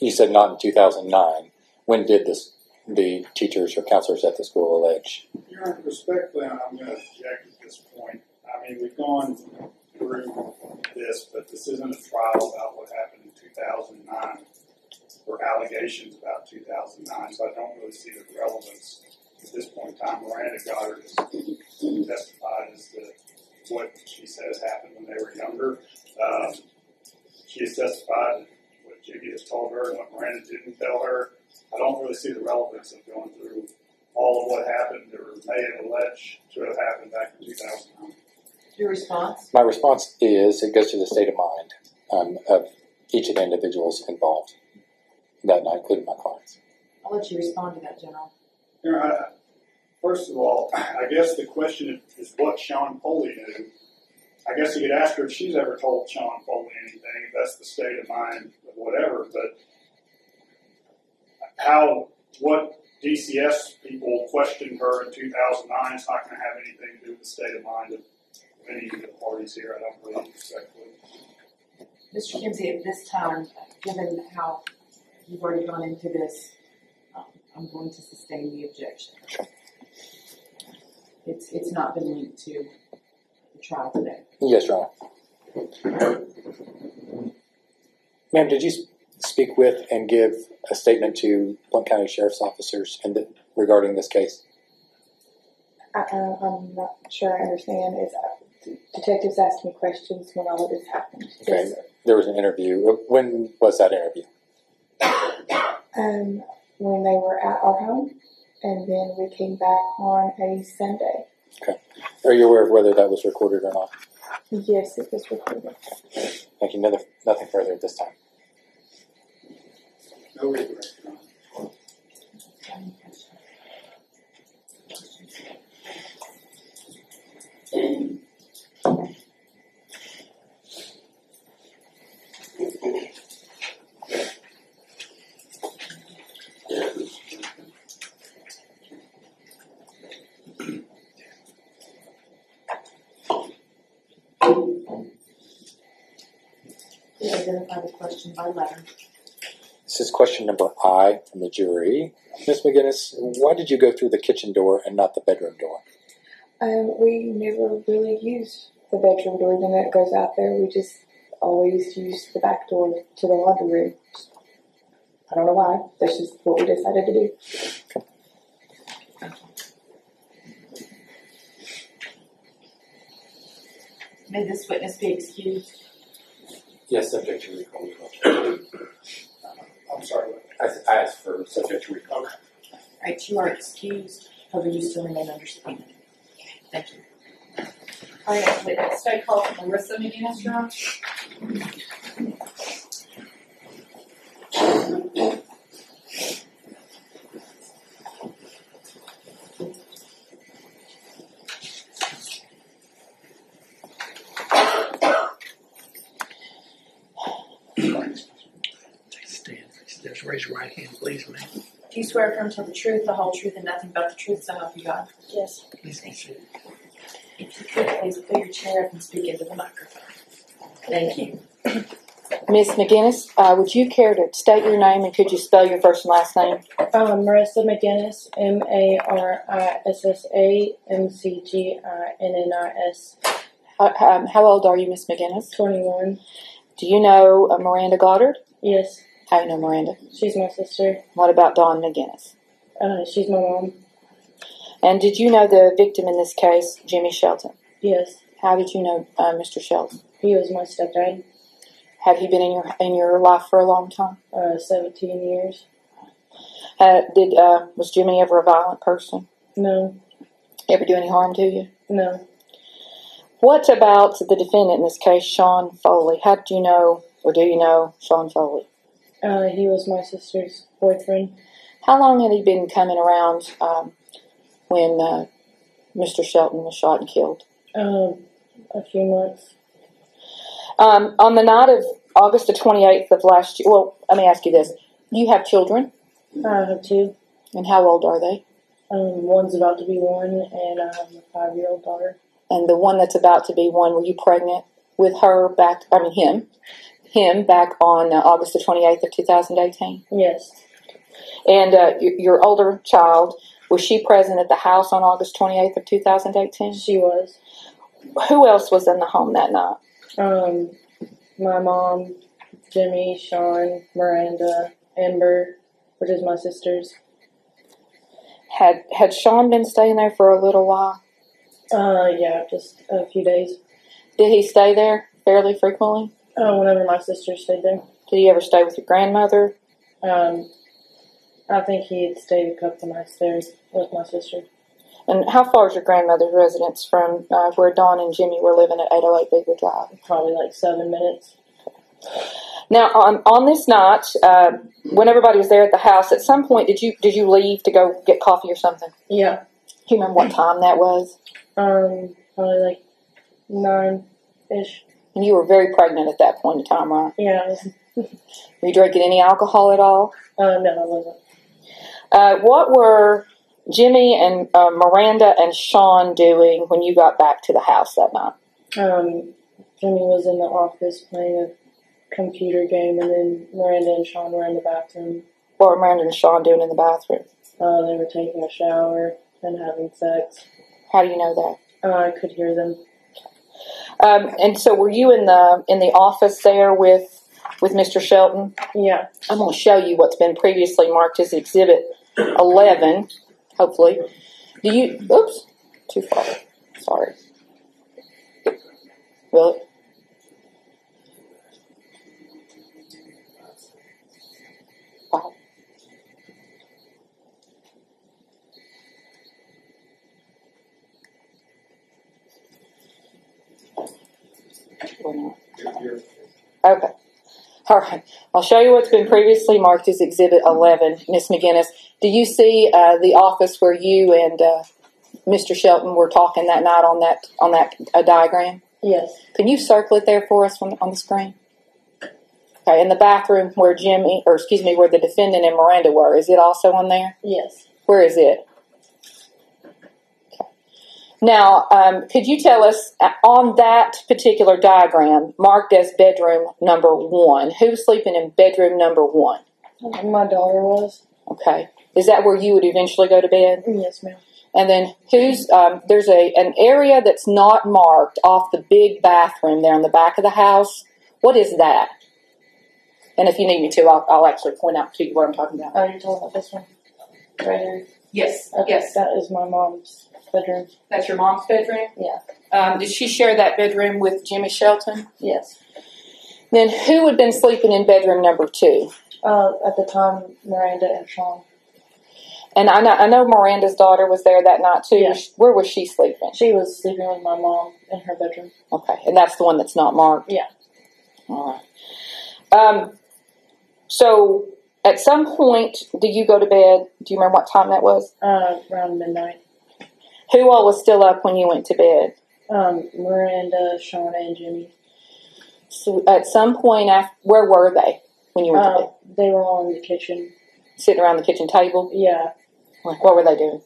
S8: you said not in 2009 when did this the teachers or counselors at the school allege
S6: Your Honor, respectfully, I'm going to object at this point. I mean, we've gone through this, but this isn't a trial about what happened in 2009 or allegations about 2009, so I don't really see the relevance at this point in time. Miranda Goddard has testified as to what she says happened when they were younger. Um, she has testified what Jimmy has told her and what Miranda didn't tell her. I don't really see the relevance of going through all of what happened or may have alleged to have happened back in 2009.
S3: Your response?
S8: my response is it goes to the state of mind um, of each of the individuals involved that night including my clients
S3: I'll let you respond to that, General.
S6: Your Honor, I- first of all, I guess the question is what Sean Foley knew. I guess you could ask her if she's ever told Sean Foley anything, if that's the state of mind of whatever, but how, what DCS people questioned her in 2009. It's not going to have anything to do with the state of mind of any of the parties here, I don't believe, respectfully.
S3: Mr. Kimsey, at this time, given how you've already gone into this, um, I'm going to sustain the objection.
S5: Sure.
S3: It's, it's not been linked to the trial today.
S5: Yes, Your Honor. Ma'am, did you s- speak with and give a statement to Blunt County Sheriff's officers and the- regarding this case?
S7: I, uh, I'm not sure I understand. It's, uh, detectives asked me questions when all of this happened.
S5: Okay. There was an interview. When was that interview?
S7: Um, when they were at our home, and then we came back on a Sunday.
S5: Are you aware of whether that was recorded or not?
S7: Yes, it was recorded.
S5: Thank you. Nothing, nothing further at this time.
S6: No regret.
S3: We identified the question by letter.
S5: This is question number I from the jury. Ms. McGinnis, why did you go through the kitchen door and not the bedroom door?
S7: Um, we never really used the bedroom door, even though it goes out there. We just always used the back door to the laundry room. I don't know why. That's just what we decided to do.
S3: May this witness be excused?
S5: Yes, subject to recall.
S6: I'm sorry.
S5: I asked for subject to recall.
S3: Right, you are excused, however you still remain under subpoena. Thank you.
S1: All right, witness, state call Marissa McGinnis, Your Honor.
S8: Take a stand. Just raise your right hand, please, ma'am.
S3: Do you swear affirm to tell the truth, the whole truth, and nothing but the truth, so help you God? Yes.
S8: Please be seated.
S3: If you could, please pull your chair up and speak into the microphone. Thank you.
S4: Ms. McGinnis, uh, would you care to state your name and could you spell your first and last name?
S10: Um, Marissa McGinnis, M A R I S S A M C G I N N I S,
S4: Uh, um, how old are you, Ms. McGinnis?
S10: 21.
S4: Do you know uh, Miranda Goddard?
S10: Yes,
S4: How do you know Miranda?
S10: she's my sister.
S4: What about Dawn McGinnis?
S10: Uh, she's my mom.
S4: And did you know the victim in this case, Jimmy Shelton?
S10: Yes,
S4: How did you know uh, Mr. Shelton?
S10: he was my stepdad.
S4: Have you been in your in your life for a long time?
S10: Uh, 17 years.
S4: Uh, did uh, was Jimmy ever a violent person?
S10: No,
S4: Ever do any harm to you?
S10: no.
S4: What about the defendant in this case, Sean Foley? How did you know, or do you know, Sean Foley?
S10: Uh, he was my sister's boyfriend.
S4: How long had he been coming around um, when uh, Mr. Shelton was shot and killed?
S10: Um, a few months.
S4: Um, on the night of August the 28th of last year, well, let me ask you this. You have children,
S10: I have two.
S4: and how old are they?
S10: Um, one's about to be one, and I have a five year old daughter.
S4: And the one that's about to be one, were you pregnant with her back, I mean, him, him back on uh, August the 28th of 2018?
S10: Yes,
S4: And uh, your, your older child, was she present at the house on August 28th of 2018?
S10: she was.
S4: Who else was in the home that night?
S10: Um, my mom, Jimmy, Sean, Miranda, Amber, which is my sister's.
S4: Had had Sean been staying there for a little while?
S10: Uh, yeah, just a few days.
S4: Did he stay there fairly frequently?
S10: Uh, whenever my sister stayed there,
S4: Did he ever stay with your grandmother?
S10: um, I think he had stayed a couple nights there with my sister.
S4: And how far is your grandmother's residence from uh, where Dawn and Jimmy were living at 808 Beaver Drive?
S10: Probably like seven minutes.
S4: Now, on, on this night, uh, when everybody was there at the house, at some point, did you did you leave to go get coffee or something?
S10: Yeah,
S4: Do you remember what time that was?
S10: um, probably like nine ish.
S4: And you were very pregnant at that point in time, right?
S10: Yeah, I was,
S4: Were you drinking any alcohol at all?
S10: uh, no, I wasn't.
S4: Uh, what were Jimmy and uh, Miranda and Sean doing when you got back to the house that night?
S10: Um, Jimmy was in the office playing a computer game, and then Miranda and Sean were in the bathroom.
S4: What were Miranda and Sean doing in the bathroom?
S10: Uh, they were taking a shower and having sex.
S4: How do you know that?
S10: Uh, I could hear them.
S4: Um, and so, were you in the in the office there with with Mr. Shelton?
S10: Yeah.
S4: I'm going to show you what's been previously marked as Exhibit 11, hopefully. Do you, oops, too far. Sorry. Will it? Wow. Or not. Okay. All right. I'll show you what's been previously marked as Exhibit 11, Miss McGinnis. Do you see uh, the office where you and uh, Mr. Shelton were talking that night on that on that uh, diagram?
S10: Yes.
S4: Can you circle it there for us from, on the screen? Okay, in the bathroom where Jimmy, or excuse me, where the defendant and Miranda were, is it also on there?
S10: Yes.
S4: Where is it? Okay. Now, um, could you tell us uh, on that particular diagram marked as bedroom number one, who's sleeping in bedroom number one?
S10: My daughter was.
S4: Okay. Is that where you would eventually go to bed?
S10: Yes, ma'am.
S4: And then who's um, there's a an area that's not marked off the big bathroom there in the back of the house. What is that? And if you need me to, I'll, I'll actually point out to you what I'm talking about.
S10: Oh, you're talking about this one? Right here?
S4: Yes.
S10: Okay, That is my mom's bedroom.
S4: That's your mom's bedroom.
S10: Yeah.
S4: Um, did she share that bedroom with Jimmy Shelton?
S10: Yes.
S4: Then who had been sleeping in bedroom number two?
S10: Uh, at the time, Miranda and Sean.
S4: And I know, I know Miranda's daughter was there that night too.
S10: Yeah.
S4: Where was she sleeping?
S10: She was sleeping with my mom in her bedroom.
S4: Okay, and that's the one that's not marked?
S10: Yeah.
S4: All right. Um, so at some point, do you go to bed? Do you remember what time that was?
S10: Uh, around midnight.
S4: Who all was still up when you went to bed?
S10: Um, Miranda, Sean, and Jimmy.
S4: So at some point, after, where were they when you went to
S10: Uh,
S4: bed?
S10: they were all in the kitchen.
S4: Sitting around the kitchen table?
S10: Yeah.
S4: Like, what were they doing?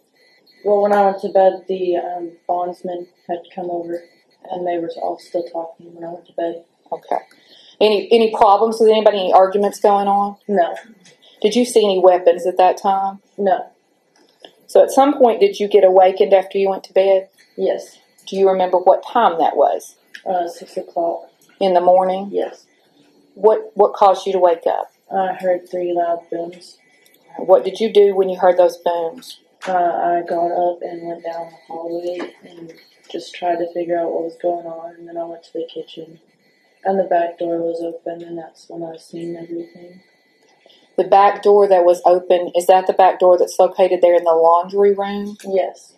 S10: Well, when I went to bed, the um, bondsmen had come over, and they were all still talking when I went to bed.
S4: Okay. Any any problems with anybody? Any arguments going on?
S10: No,
S4: Did you see any weapons at that time?
S10: no,
S4: So at some point, did you get awakened after you went to bed?
S10: yes,
S4: Do you remember what time that was
S10: uh, six o'clock.
S4: in the morning?
S10: Yes,
S4: What what caused you to wake up?
S10: I heard three loud booms.
S4: What did you do when you heard those booms?
S10: Uh, I got up and went down the hallway and just tried to figure out what was going on, and then I went to the kitchen, and the back door was open, and that's when I seen everything.
S4: The back door that was open, is that the back door that's located there in the laundry room?
S10: Yes,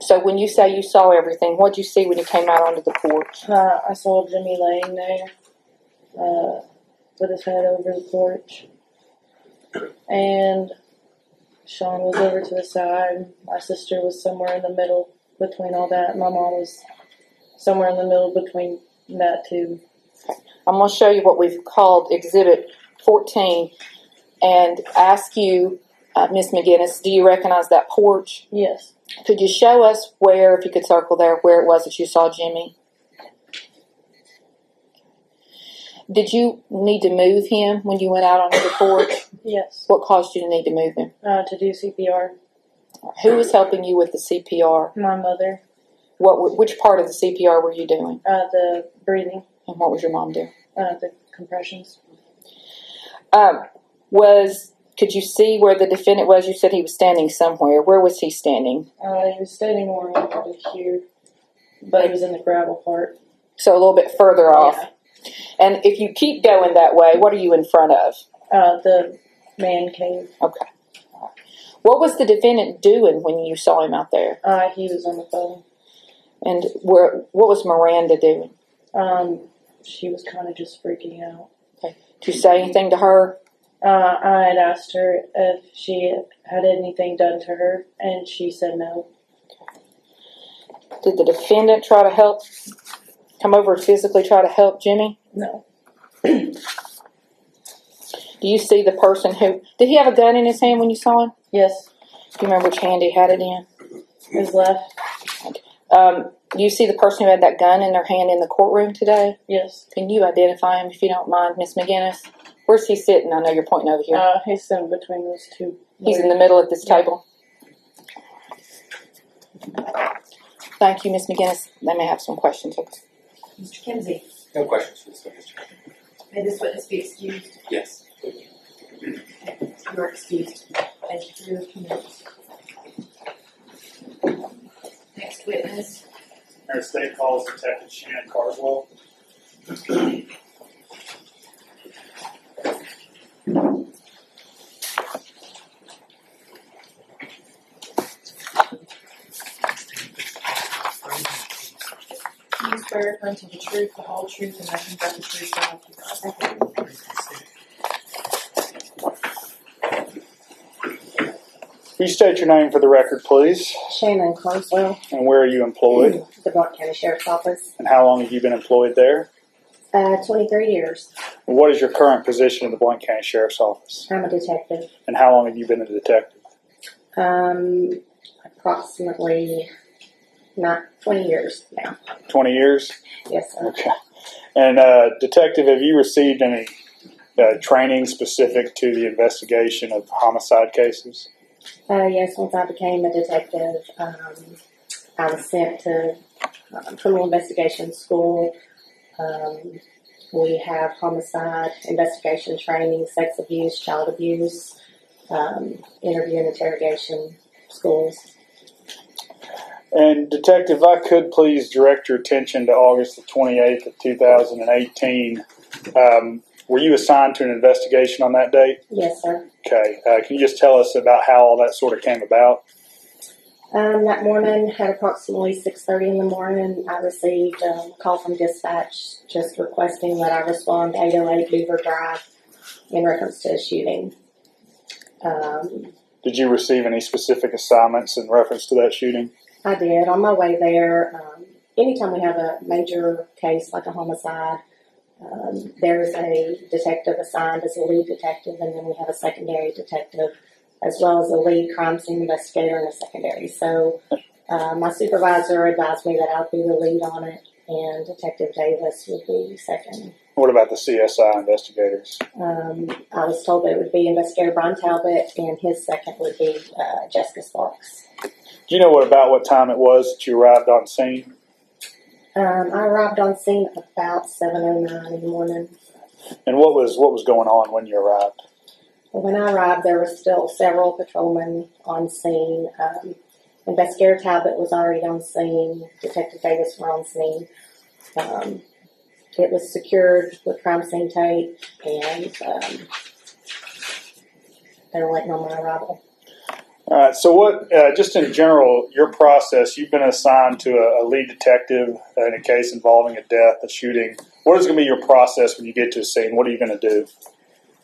S4: So when you say you saw everything, what'd you see when you came out onto the porch?
S10: uh, I saw Jimmy laying there uh, with his head over the porch. And Sean was over to the side. My sister was somewhere in the middle between all that. My mom was somewhere in the middle between that two.
S4: I'm going to show you what we've called Exhibit 14 and ask you, uh, Miss McGinnis, do you recognize that porch?
S10: Yes.
S4: Could you show us where, if you could circle there, where it was that you saw Jimmy? Did you need to move him when you went out onto the porch?
S10: Yes.
S4: What caused you to need to move him?
S10: Uh, to do CPR.
S4: Who was helping you with the CPR?
S10: My mother.
S4: What? were- Which part of the CPR were you doing?
S10: Uh, the breathing.
S4: And what was your mom doing?
S10: Uh, the compressions.
S4: Um, was could you see where the defendant was? You said he was standing somewhere. Where was he standing?
S10: Uh, he was standing more over here, but he was in the gravel part.
S4: So a little bit further off. And if you keep going that way, what are you in front of?
S10: Uh, the man cave.
S4: Okay. What was the defendant doing when you saw him out there?
S10: Uh, he was on the phone.
S4: And where? What was Miranda doing?
S10: Um, she was kind of just freaking out.
S4: Did you say anything to her?
S10: Uh, I had asked her if she had anything done to her, and she said no.
S4: Did the defendant try to help? Come over and physically try to help Jimmy?
S10: No.
S4: Do you see the person who did he have a gun in his hand when you saw him?
S10: Yes,
S4: Do you remember which hand he had it in?
S10: his left.
S4: Um, do you see the person who had that gun in their hand in the courtroom today?
S10: Yes.
S4: Can you identify him if you don't mind, Miss McGinnis? Where's he sitting? I know you're pointing over here.
S10: Uh, he's in between those two.
S4: He's in the middle at this table. Thank you, Ms. McGinnis. They may have some questions.
S3: Mr. Kinsey,
S5: No questions for this witness.
S3: may this witness be excused?
S5: Yes.
S3: You are excused. Thank you for your comments. Next witness,
S6: Our state calls Detective Shannon Carswell.
S3: do you swear affirm to the truth, the whole truth, and nothing but the truth, so help you God?
S6: Will you state your name for the record, please?
S7: Shannon Carswell,
S6: And where are you employed?
S7: the Blount County Sheriff's Office,
S6: And how long have you been employed there?
S7: uh, 23 years.
S6: And what is your current position in the Blount County Sheriff's Office?
S7: I'm a detective.
S6: And how long have you been a detective?
S7: Um, approximately not 20 years now.
S6: 20 years?
S7: Yes, sir.
S6: Okay. And uh, detective, have you received any uh, training specific to the investigation of homicide cases?
S7: Uh, yes, once I became a detective, um, I was sent to uh, criminal investigation school. Um, we have homicide investigation training, sex abuse, child abuse, um, interview and interrogation schools.
S6: And detective, if I could please direct your attention to August the twenty eighth of two thousand and eighteen. Um, were you assigned to an investigation on that date?
S7: Yes, sir.
S6: Okay. Uh, can you just tell us about how all that sort of came about?
S7: Um, that morning, at approximately six thirty in the morning, I received um, a call from dispatch just requesting that I respond to eight oh eight Beaver Drive in reference to a shooting. Um,
S6: Did you receive any specific assignments in reference to that shooting?
S7: I did on my way there. Um, anytime we have a major case like a homicide, um, there's a detective assigned as a lead detective, and then we have a secondary detective as well as a lead crime scene investigator and a secondary. So uh, my supervisor advised me that I'd be the lead on it, and Detective Davis would be second.
S6: What about the CSI investigators?
S7: Um, I was told that it would be Investigator Brian Talbot, and his second would be uh, Jessica Sparks.
S6: Do you know what about what time it was that you arrived on scene?
S7: Um, I arrived on scene about 7.09 in the morning.
S6: And what was what was going on when you arrived?
S7: When I arrived, there were still several patrolmen on scene. Um, Investigator Talbot was already on scene. Detective Davis were on scene. Um, it was secured with crime scene tape, and um, they were waiting on my arrival.
S6: All right. So, what, uh, just in general, your process, you've been assigned to a, a lead detective in a case involving a death, a shooting. What is going to be your process when you get to a scene? What are you going to do?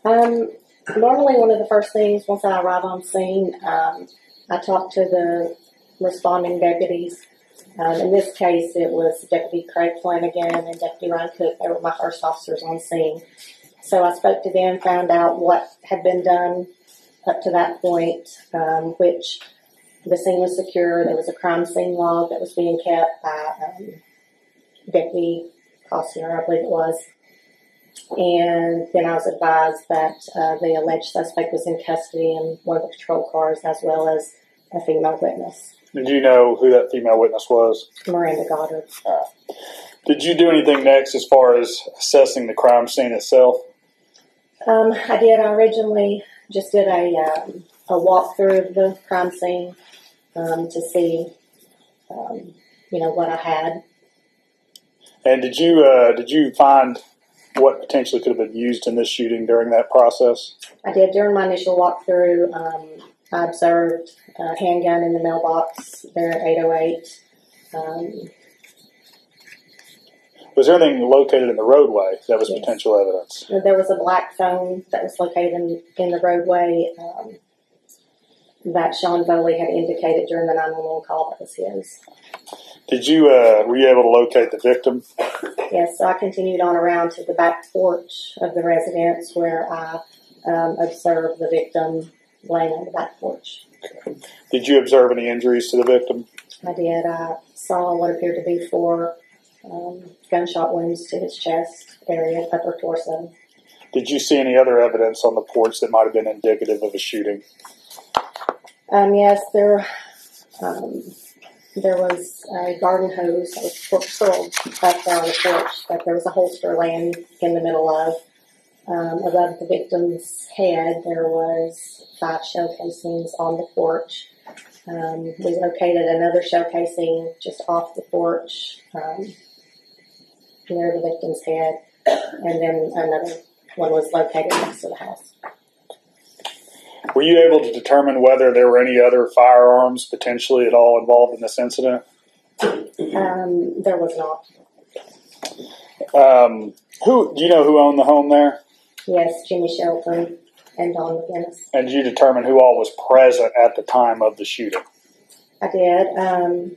S7: Um, normally, one of the first things once I arrive on scene, um, I talk to the responding deputies. Um, in this case, it was Deputy Craig Flanagan and Deputy Ryan Cook. They were my first officers on scene. So I spoke to them, found out what had been done up to that point, um, which the scene was secure. There was a crime scene log that was being kept by um, Deputy Costner, I believe it was. And then I was advised that uh, the alleged suspect was in custody in one of the patrol cars, as well as a female witness,
S6: Did you know who that female witness was?
S7: Miranda Goddard.
S6: Did you do anything next as far as assessing the crime scene itself?
S7: Um, I did. I originally just did a um, a walkthrough of the crime scene um, to see, um, you know, what I had.
S6: And did you uh, did you find what potentially could have been used in this shooting during that process?
S7: I did during my initial walkthrough. Um, I observed a handgun in the mailbox there at 808. Um,
S6: Was there anything located in the roadway that was
S7: Yes.
S6: potential evidence?
S7: there was a black phone that was located in, in the roadway um, that Sean Foley had indicated during the 911 call that was his.
S6: Did you uh, were you able to locate the victim?
S7: Yes, so I continued on around to the back porch of the residence where I um, observe the victim laying on the back porch.
S6: Did you observe any injuries to the victim?
S7: I did. I saw what appeared to be four um, gunshot wounds to his chest area, upper torso.
S6: Did you see any other evidence on the porch that might have been indicative of a shooting?
S7: Um, yes, there, um, there was a garden hose that was pu- pulled up there on the porch, but there was a holster laying in the middle of. Um, above the victim's head, there was five shell casings on the porch. Um, we located another shell casing just off the porch, um, near the victim's head, and then another one was located next to the house.
S6: Were you able to determine whether there were any other firearms potentially at all involved in this incident?
S7: Um, there was not.
S6: Um, who do you know who owned the home there?
S7: Yes, Jimmy Shelton and Don McGinnis.
S6: And did you determine who all was present at the time of the shooting?
S7: I did. Um,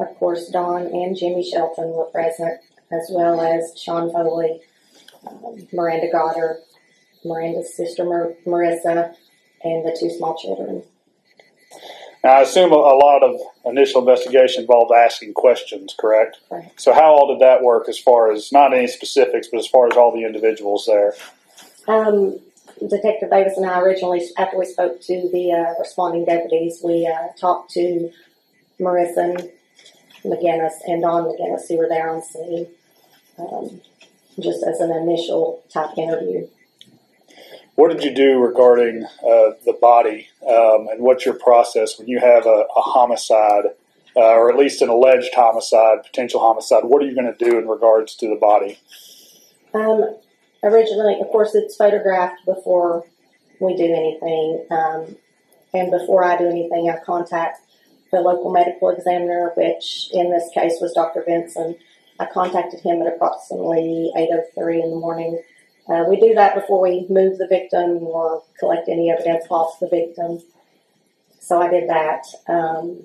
S7: of course, Don and Jimmy Shelton were present, as well as Sean Foley, um, Miranda Goddard, Miranda's sister Mar- Marissa, and the two small children.
S6: Now, I assume a, a lot of initial investigation involved asking questions, correct?
S7: Correct.
S6: So, how all did that work as far as not any specifics, but as far as all the individuals there?
S7: Um, Detective Davis and I originally, after we spoke to the uh, responding deputies, we uh, talked to Marissa McGinnis and Don McGinnis, who were there on scene, um, just as an initial type interview.
S6: What did you do regarding uh, the body, um, and what's your process when you have a, a homicide, uh, or at least an alleged homicide, potential homicide? What are you going to do in regards to the body?
S7: Um, originally, of course, it's photographed before we do anything. Um, and before I do anything, I contact the local medical examiner, which in this case was Dr. Benson. I contacted him at approximately 8.03 in the morning. Uh, we do that before we move the victim or collect any evidence off the victim. So I did that. Um,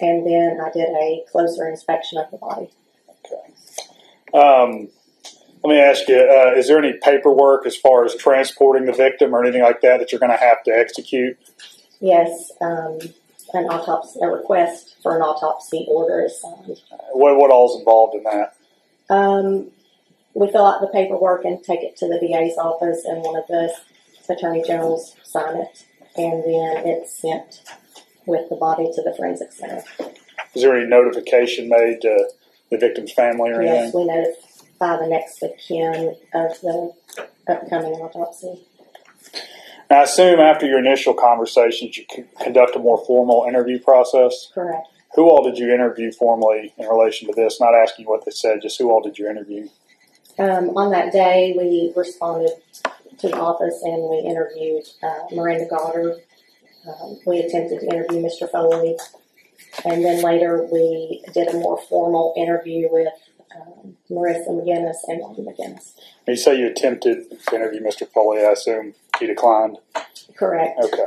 S7: and then I did a closer inspection of the body.
S6: Um, let me ask you: uh, Is there any paperwork as far as transporting the victim or anything like that that you're going to have to execute?
S7: Yes, um, an autopsy, a request for an autopsy order is signed.
S6: What what all's involved in that?
S7: Um, we fill out the paperwork and take it to the DA's office, and one of the attorney generals sign it, and then it's sent with the body to the forensic center.
S6: Is there any notification made to the victim's family or
S7: Yes,
S6: anything?
S7: we notify the next of kin of the upcoming autopsy.
S6: Now, I assume after your initial conversations, you c- conduct a more formal interview process.
S7: Correct.
S6: Who all did you interview formally in relation to this? Not asking what they said, just who all did you interview?
S7: Um, on that day, we responded to the office and we interviewed uh, Miranda Goddard. Um, we attempted to interview Mr. Foley. And then later, we did a more formal interview with um, Marissa McGinnis and Lonnie McGinnis.
S6: You say you attempted to interview Mr. Foley. I assume he declined.
S7: Correct.
S6: Okay.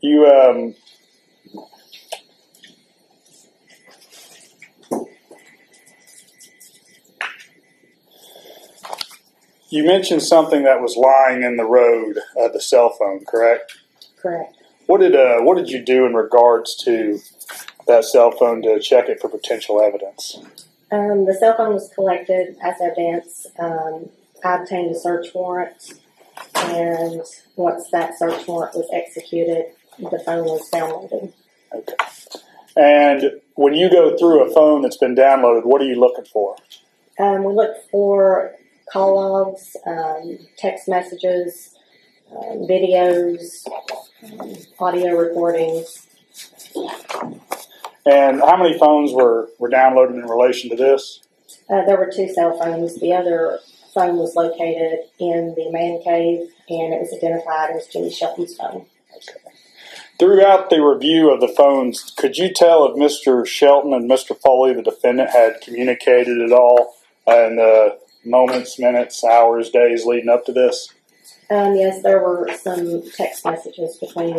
S6: You um. You mentioned something that was lying in the road, uh, the cell phone, correct?
S7: Correct.
S6: What did uh, what did you do in regards to that cell phone to check it for potential evidence?
S7: Um, the cell phone was collected as evidence. Um, I obtained a search warrant, and once that search warrant was executed, the phone was downloaded.
S6: Okay. And when you go through a phone that's been downloaded, what are you looking for?
S7: Um, we look for call logs, um, text messages, um, videos, um, audio recordings.
S6: And how many phones were, were downloaded in relation to this?
S7: Uh, there were two cell phones. The other phone was located in the man cave, and it was identified as Jimmy Shelton's phone.
S6: Throughout the review of the phones, could you tell if Mr. Shelton and Mr. Foley, the defendant, had communicated at all in the moments, minutes, hours, days leading up to this?
S7: Um, yes, there were some text messages between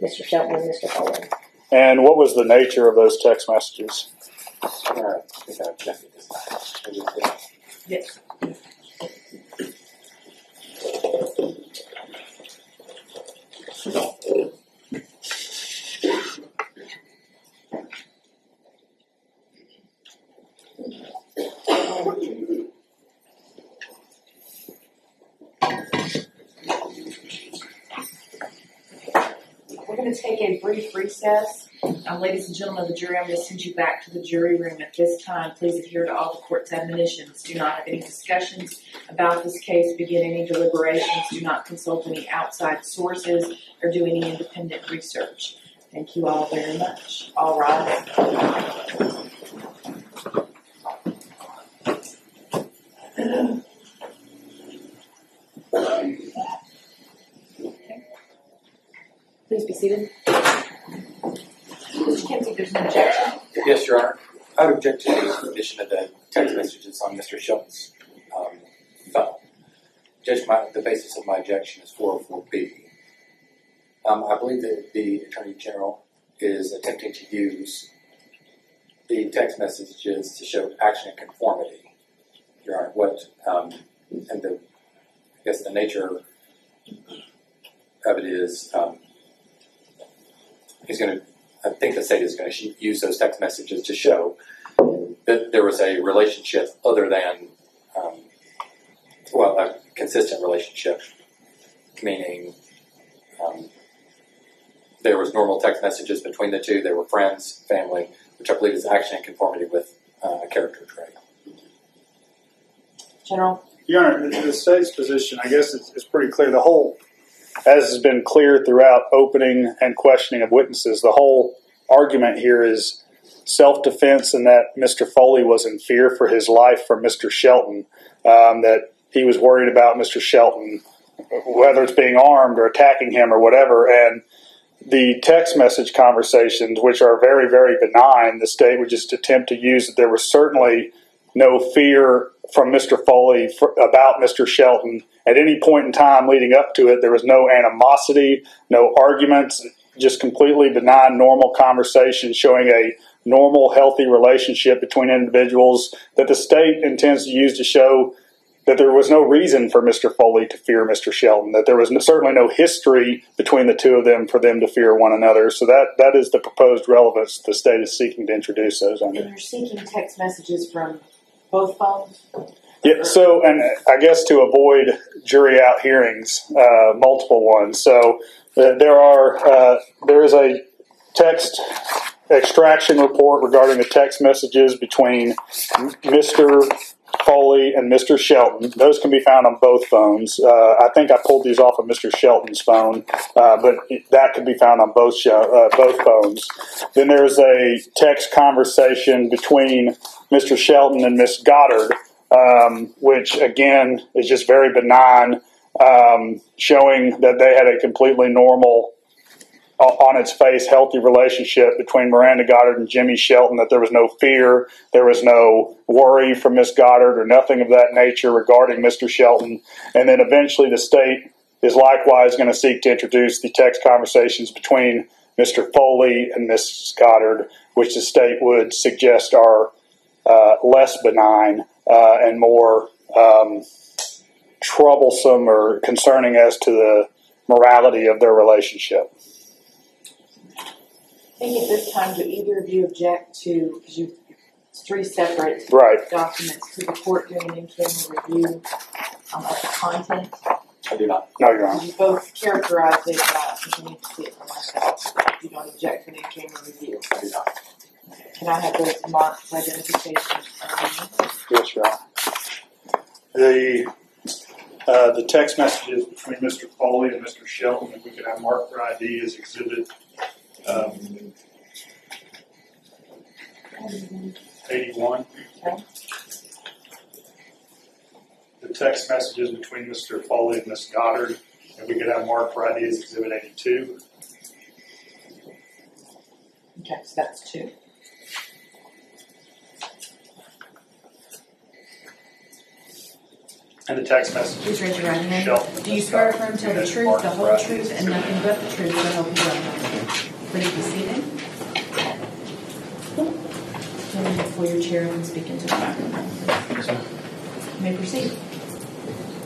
S7: Mr. Shelton and Mr. Foley.
S6: And what was the nature of those text messages?
S5: Uh, Yes.
S3: going to take a brief recess. Uh, ladies and gentlemen of the jury, I'm going to send you back to the jury room at this time. Please adhere to all the court's admonitions. Do not have any discussions about this case, begin any deliberations, do not consult any outside sources, or do any independent research. Thank you all very much. All rise. Please be seated. Mr. Kinsey, there's an objection.
S5: Yes, Your Honor. I would object to the addition of the text messages on Mr. Shelton's um, phone. Judge, my, the basis of my objection is 404B. Um, I believe that the Attorney General is attempting to use the text messages to show action and conformity. Your Honor, what, um, and the, I guess the nature of it is, um, he's going to I think the state is going to use those text messages to show that there was a relationship other than, um, well, a consistent relationship, meaning um, there was normal text messages between the two. They were friends, family, which I believe is action in conformity with uh, a character trait.
S3: General.
S6: Your Honor, the, the state's position, I guess, is, is pretty clear. The whole, as has been clear throughout opening and questioning of witnesses, the whole argument here is self defense and that Mr. Foley was in fear for his life from Mr. Shelton, um, that he was worried about Mr. Shelton, whether it's being armed or attacking him or whatever. And the text message conversations, which are very, very benign, the state would just attempt to use that there was certainly no fear from Mr. Foley for, about Mr. Shelton. At any point in time leading up to it, there was no animosity, no arguments, just completely benign, normal conversation showing a normal, healthy relationship between individuals that the state intends to use to show that there was no reason for Mr. Foley to fear Mr. Shelton, that there was no, certainly no history between the two of them for them to fear one another. So that, that is the proposed relevance the state is seeking to introduce those under.
S3: And you're seeking text messages from both phones?
S6: Yeah, so, and I guess to avoid jury out hearings, uh, multiple ones. So uh, there are, uh, there is a text extraction report regarding the text messages between Mr. Foley and Mr. Shelton. Those can be found on both phones. Uh, I think I pulled these off of Mr. Shelton's phone, uh, but that can be found on both sho- uh, both phones. Then there's a text conversation between Mr. Shelton and Miss Goddard, um, which again is just very benign, um, showing that they had a completely normal o- on its face healthy relationship between Miranda Goddard and Jimmy Shelton that there was no fear, there was no worry from Miss Goddard or nothing of that nature regarding Mr. Shelton. And then eventually the state is likewise going to seek to introduce the text conversations between Mr. Foley and Miss Goddard, which the state would suggest are uh, less benign uh, and more um, troublesome or concerning as to the morality of their relationship.
S3: I think at this time, do either of you object to, because you, it's three separate
S6: Right.
S3: documents, to the court doing an internal review on the content?
S5: I do not.
S6: No, Your Honor.
S3: You both characterized it, uh, I need to see it for myself, if you don't object to the internal review.
S5: I do not.
S3: Can I have those marked for identification? Um,
S6: Yes, Your Honor. The, uh, the text messages between Mr. Foley and Mr. Shelton, if we could have marked for ID as exhibit, um, eighty-one.
S3: Okay.
S6: The text messages between Mr. Foley and Ms. Goddard, if we could have marked for ID as exhibit eighty-two.
S3: Okay, so that's two.
S6: And the text messages
S3: Please raise your right hand.
S6: Shelton and
S3: Do you
S6: Ms.
S3: swear
S6: Goddard,
S3: affirm to tell the
S6: and
S3: truth,
S6: marked
S3: the
S6: for
S3: whole
S6: ID
S3: truth,
S6: as
S3: and nothing but the truth, so help you God? Please be seated. Stand before your chair and speak into the microphone. You May proceed.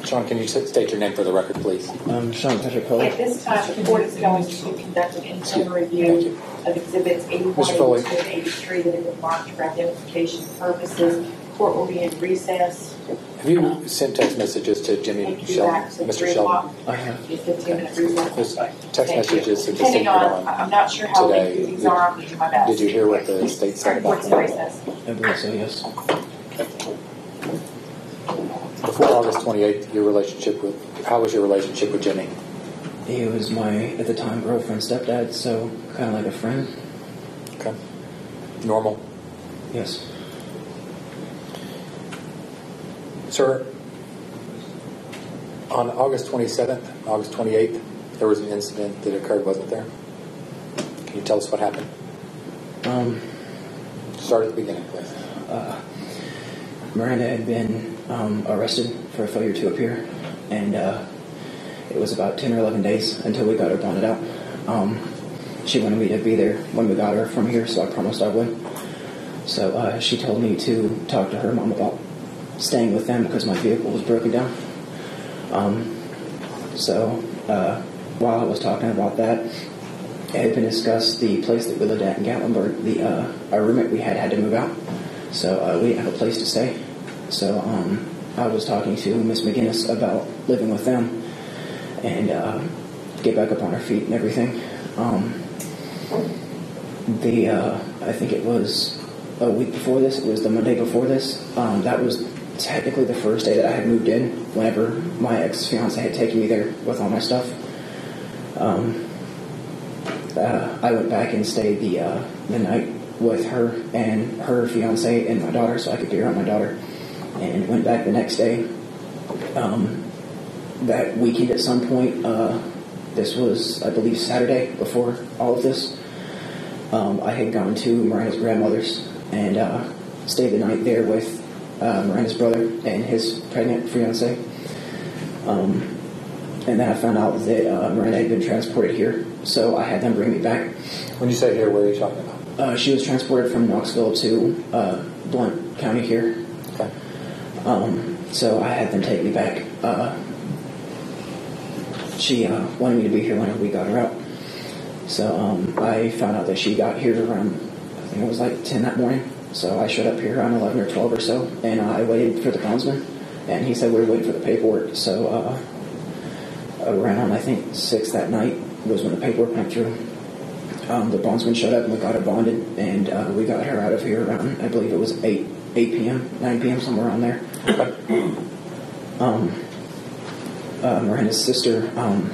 S5: Sean, can you s- state your name for the record, please?
S8: I'm Sean Patrick
S3: At
S8: Foley.
S3: this time, Uh, the court is going to conduct an internal review of exhibits eighty-one,
S5: Mr. Foley.
S3: eighty-two, and eighty-three that have been marked for identification purposes. court will be in recess.
S8: Have you sent text messages to Jimmy
S3: Take you
S8: Sheldon,
S3: back to
S8: Mr.
S3: three
S8: Sheldon?
S3: o'clock,
S10: I have.
S3: your fifteen minute recess.
S8: Those text
S3: Thank you.
S8: messages have just
S3: Depending
S8: been put
S3: on,
S8: on.
S3: I- I'm not sure how
S8: today.
S3: lengthy these are, I'm gonna do my best.
S8: Did you hear what the state said
S3: Sorry,
S8: about
S3: court's in
S8: that?
S3: recess.
S10: Everything else.
S8: Before August 28th, your relationship with, how was your relationship with Jimmy?
S10: He was my, at the time, girlfriend's stepdad, so kind of like a friend.
S8: Okay. Normal?
S10: Yes.
S8: Sir, on August 27th, August 28th, there was an incident that occurred, wasn't there? Can you tell us what happened?
S10: Um,
S8: Start at the beginning, please.
S10: Miranda had been um, arrested for a failure to appear, and uh, it was about 10 or 11 days until we got her bonded out. Um, she wanted me to be there when we got her from here, so I promised I would. So uh, she told me to talk to her mom about staying with them because my vehicle was broken down. Um, so uh, while I was talking about that, it had been discussed the place that we lived at in Gatlinburg. The uh, our roommate we had had to move out, so uh, we didn't have a place to stay. So um, I was talking to Miss McGinnis about living with them and uh, get back up on her feet and everything. Um, the uh, I think it was a week before this. It was the Monday before this. Um, that was technically the first day that I had moved in. Whenever my ex fiance had taken me there with all my stuff. Um, uh, I went back and stayed the uh, the night with her and her fiance and my daughter, so I could be around my daughter. And went back the next day. Um, that weekend, at some point, uh, this was I believe Saturday before all of this. Um, I had gone to Miranda's grandmother's and uh, stayed the night there with uh, Miranda's brother and his pregnant fiance. Um, and then I found out that uh, Miranda had been transported here, so I had them bring me back.
S8: When you say here, what are you talking about?
S10: Uh, she was transported from Knoxville to uh, Blunt County here,
S8: Okay.
S10: um, so I had them take me back. Uh, she uh, wanted me to be here whenever we got her out, so um, I found out that she got here around I think it was like ten that morning. So I showed up here around eleven or twelve or so, and uh, I waited for the groundsman, and he said we were waiting for the paperwork. So uh, around I think six that night was when the paperwork went through. Um, the bondsman showed up and we got her bonded, and uh, we got her out of here around I believe it was eight eight p.m. nine p.m. somewhere around there. um, uh, Miranda's sister, um,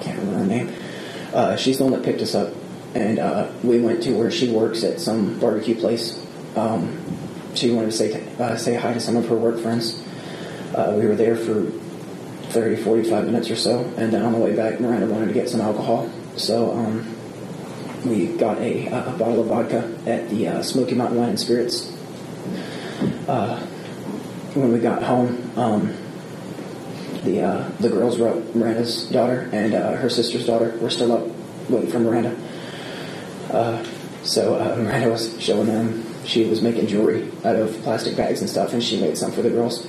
S10: can't remember her name. Uh, she's the one that picked us up, and uh, we went to where she works at some barbecue place. Um, she wanted to say uh, say hi to some of her work friends. Uh, we were there for 30, 45 minutes or so, and then on the way back, Miranda wanted to get some alcohol, so um, we got a, uh, a bottle of vodka at the uh, Smoky Mountain Wine and Spirits. Uh, when we got home, um, the uh, the girls were up. Miranda's daughter and uh, her sister's daughter were still up, waiting for Miranda. Uh, so uh, Miranda was showing them. She was making jewelry out of plastic bags and stuff, and she made some for the girls.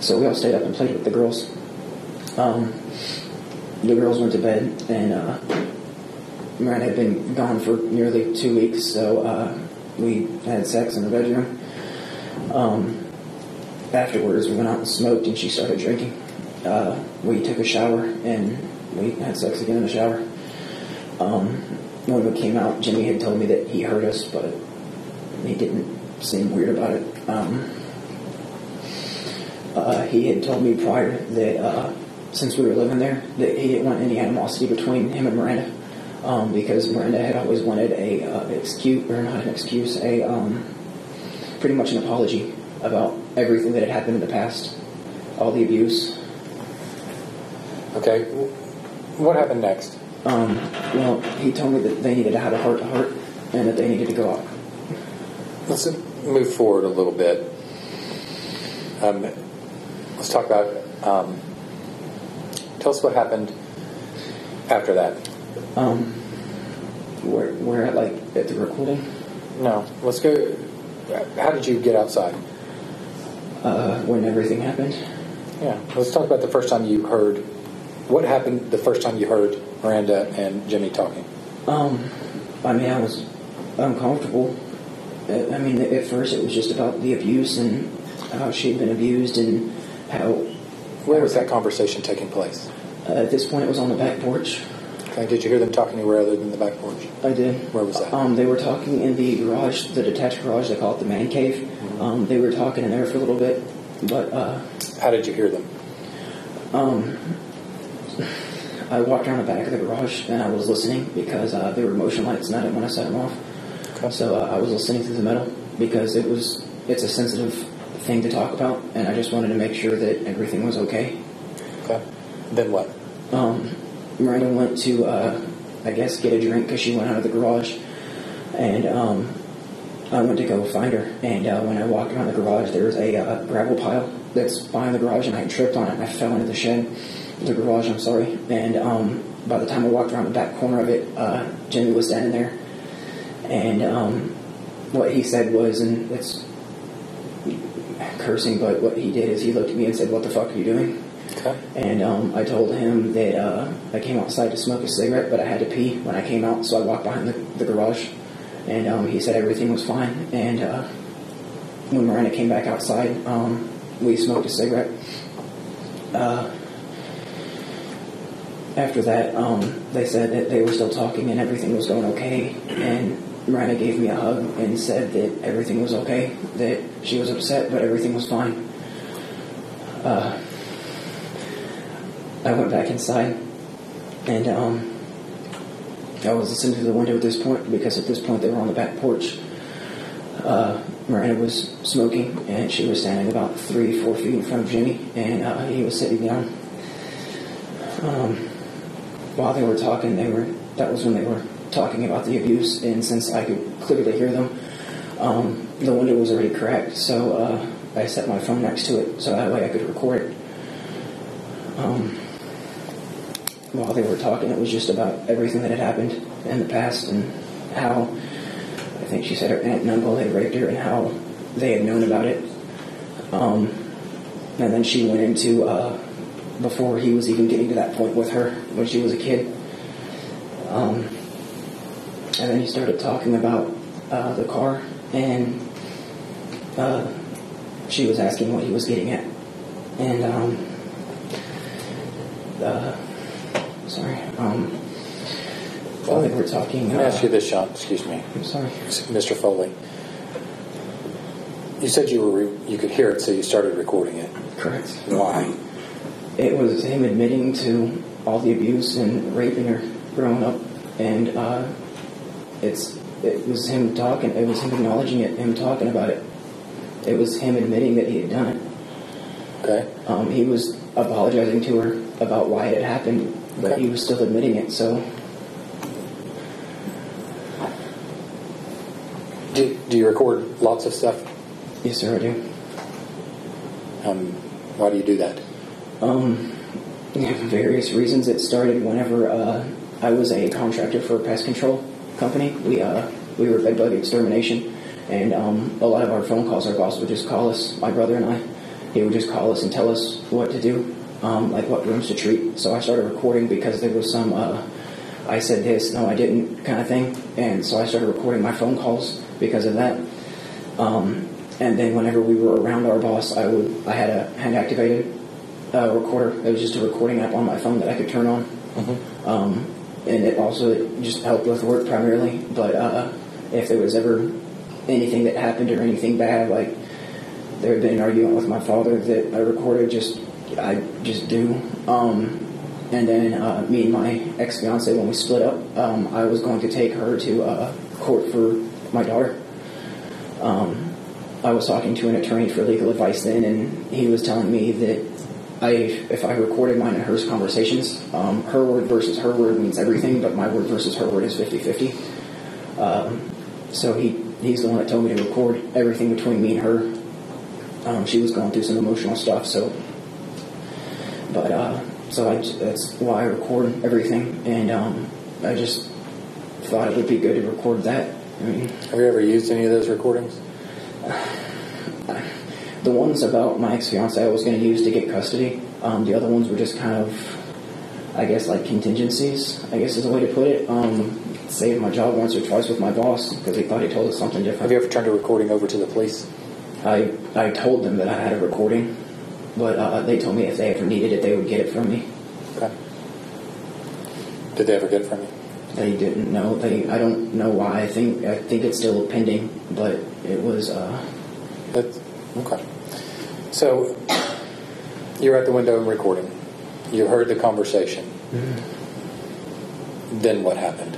S10: So we all stayed up and played with the girls. Um, the girls went to bed, and uh, Miranda had been gone for nearly two weeks, so uh, we had sex in the bedroom. Um, afterwards, we went out and smoked, and she started drinking. Uh, we took a shower, and we had sex again in the shower. Um, when we came out, Jimmy had told me that he heard us, but he didn't seem weird about it. Um, uh, he had told me prior that uh, since we were living there, that he didn't want any animosity between him and Miranda, um, because Miranda had always wanted a uh, excuse or not an excuse, a um, pretty much an apology about everything that had happened in the past, all the abuse.
S8: Okay. What happened next?
S10: Um, well, he told me that they needed to have a heart to heart, and that they needed to go out.
S8: Let's move forward a little bit. Um, let's talk about. Um, tell us what happened after that.
S10: Um, we're, we're at like at the recording.
S8: No, let's go. How did you get outside?
S10: Uh, when everything happened,
S8: Yeah, let's talk about the first time you heard. What happened the first time you heard Miranda and Jimmy talking?
S10: um, I mean, I was uncomfortable.
S8: uh, I mean, at first it was just about the abuse and how she had been abused and how
S5: Where was that conversation taking place?
S8: uh, at this point it was on the back porch.
S5: Okay, did you hear them talk anywhere other than the back porch?
S8: I did.
S5: Where was that?
S8: Um, they were talking in the garage, the detached garage. They call it the man cave.
S5: Mm-hmm.
S8: Um, they were talking in there for a little bit, but uh,
S5: How did you hear them?
S8: um, I walked around the back of the garage and I was listening because uh, there were motion lights and I didn't want to set them off. So uh, I was listening through the metal because it was it's a sensitive thing to talk about, and I just wanted to make sure that everything was okay.
S5: Okay. Then what?
S8: Um, Miranda went to, uh, I guess, get a drink because she went out of the garage, and um, I went to go find her. And uh, when I walked around the garage, there was a uh, gravel pile that's behind the garage, and I tripped on it. and I fell into the shed, the garage. I'm sorry. And um, by the time I walked around the back corner of it, uh, Jimmy was standing there, and um, what he said was, and it's cursing, but what he did is he looked at me and said, "What the fuck are you doing?"
S5: Okay.
S8: And um, I told him that uh, I came outside to smoke a cigarette, but I had to pee when I came out, so I walked behind the, the garage. And um, he said everything was fine. And uh, when Miranda came back outside, um, we smoked a cigarette. Uh, after that, um, they said that they were still talking and everything was going okay. And Miranda gave me a hug and said that everything was okay, that she was upset, but everything was fine. Uh, I went back inside, and um, I was listening through the window at this point because at this point they were on the back porch. Uh, Miranda was smoking, and she was standing about three, four feet in front of Jimmy, and uh, he was sitting down. Um, while they were talking, they were that was when they were talking about the abuse, and since I could clearly hear them, um, the window was already cracked, so uh, I set my phone next to it so that way I could record it. Um, while they were talking, it was just about everything that had happened in the past and how I think she said her aunt and uncle had raped her and how they had known about it. Um, and then she went into uh, before he was even getting to that point with her when she was a kid. Um, and then he started talking about uh, the car and uh, she was asking what he was getting at. And um, uh, sorry. Um, while they were talking,
S5: Let me ask you
S8: uh,
S5: this, Sean. Excuse me.
S8: I'm sorry.
S5: Mr. Foley. You said you were re- you could hear it, so you started recording it.
S8: Correct.
S5: Why?
S8: It was him admitting to all the abuse and raping her growing up, and uh, it's it was him talking. It was him acknowledging it. Him talking about it. It was him admitting that he had done it.
S5: Okay.
S8: Um, he was apologizing to her about why it had happened, but
S5: Okay.
S8: he was still admitting it. So
S5: Do, do you record lots of stuff?
S8: yes, sir, I do.
S5: Um, why do you do that?
S8: Um, yeah, for various reasons. It started whenever uh, I was a contractor for a pest control company. We uh, we were bed bug extermination, and um, a lot of our phone calls, our boss would just call us. My brother and I, he would just call us and tell us what to do, um, like what rooms to treat. So I started recording because there was some. Uh, I said this, no, I didn't, kind of thing, and so I started recording my phone calls because of that. Um, and then whenever we were around our boss, I would I had a hand activated uh, recorder. It was just a recording app on my phone that I could turn on, um, and it also just helped with work primarily. But uh, if there was ever anything that happened or anything bad, like there had been an argument with my father that I recorded, just I just do. Um, and then uh, me and my ex fiance, when we split up, um, I was going to take her to uh, court for my daughter. Um, I was talking to an attorney for legal advice then, and he was telling me that I, if I recorded mine and hers conversations, um, her word versus her word means everything, but my word versus her word is 50 50. Um, so he, he's the one that told me to record everything between me and her. Um, she was going through some emotional stuff, so. But, uh, so I, j- that's why I record everything, and um, I just thought it would be good to record that. I mean,
S5: Have you ever used any of those recordings?
S8: The ones about my ex fiance I was going to use to get custody. Um, the other ones were just kind of, I guess like contingencies. I guess is a way to put it. Um, saved my job once or twice with my boss because he thought he told us something
S5: Have
S8: different.
S5: you ever turned a recording over to the police?
S8: I I told them that I had a recording, but uh, they told me if they ever needed it, they would get it from me.
S5: Okay. Did they ever get it from you?
S8: They didn't know. They I don't know why. I think I think it's still pending, but it was. Uh,
S5: That's, okay. So you're at the window and recording. You heard the conversation. Then what happened?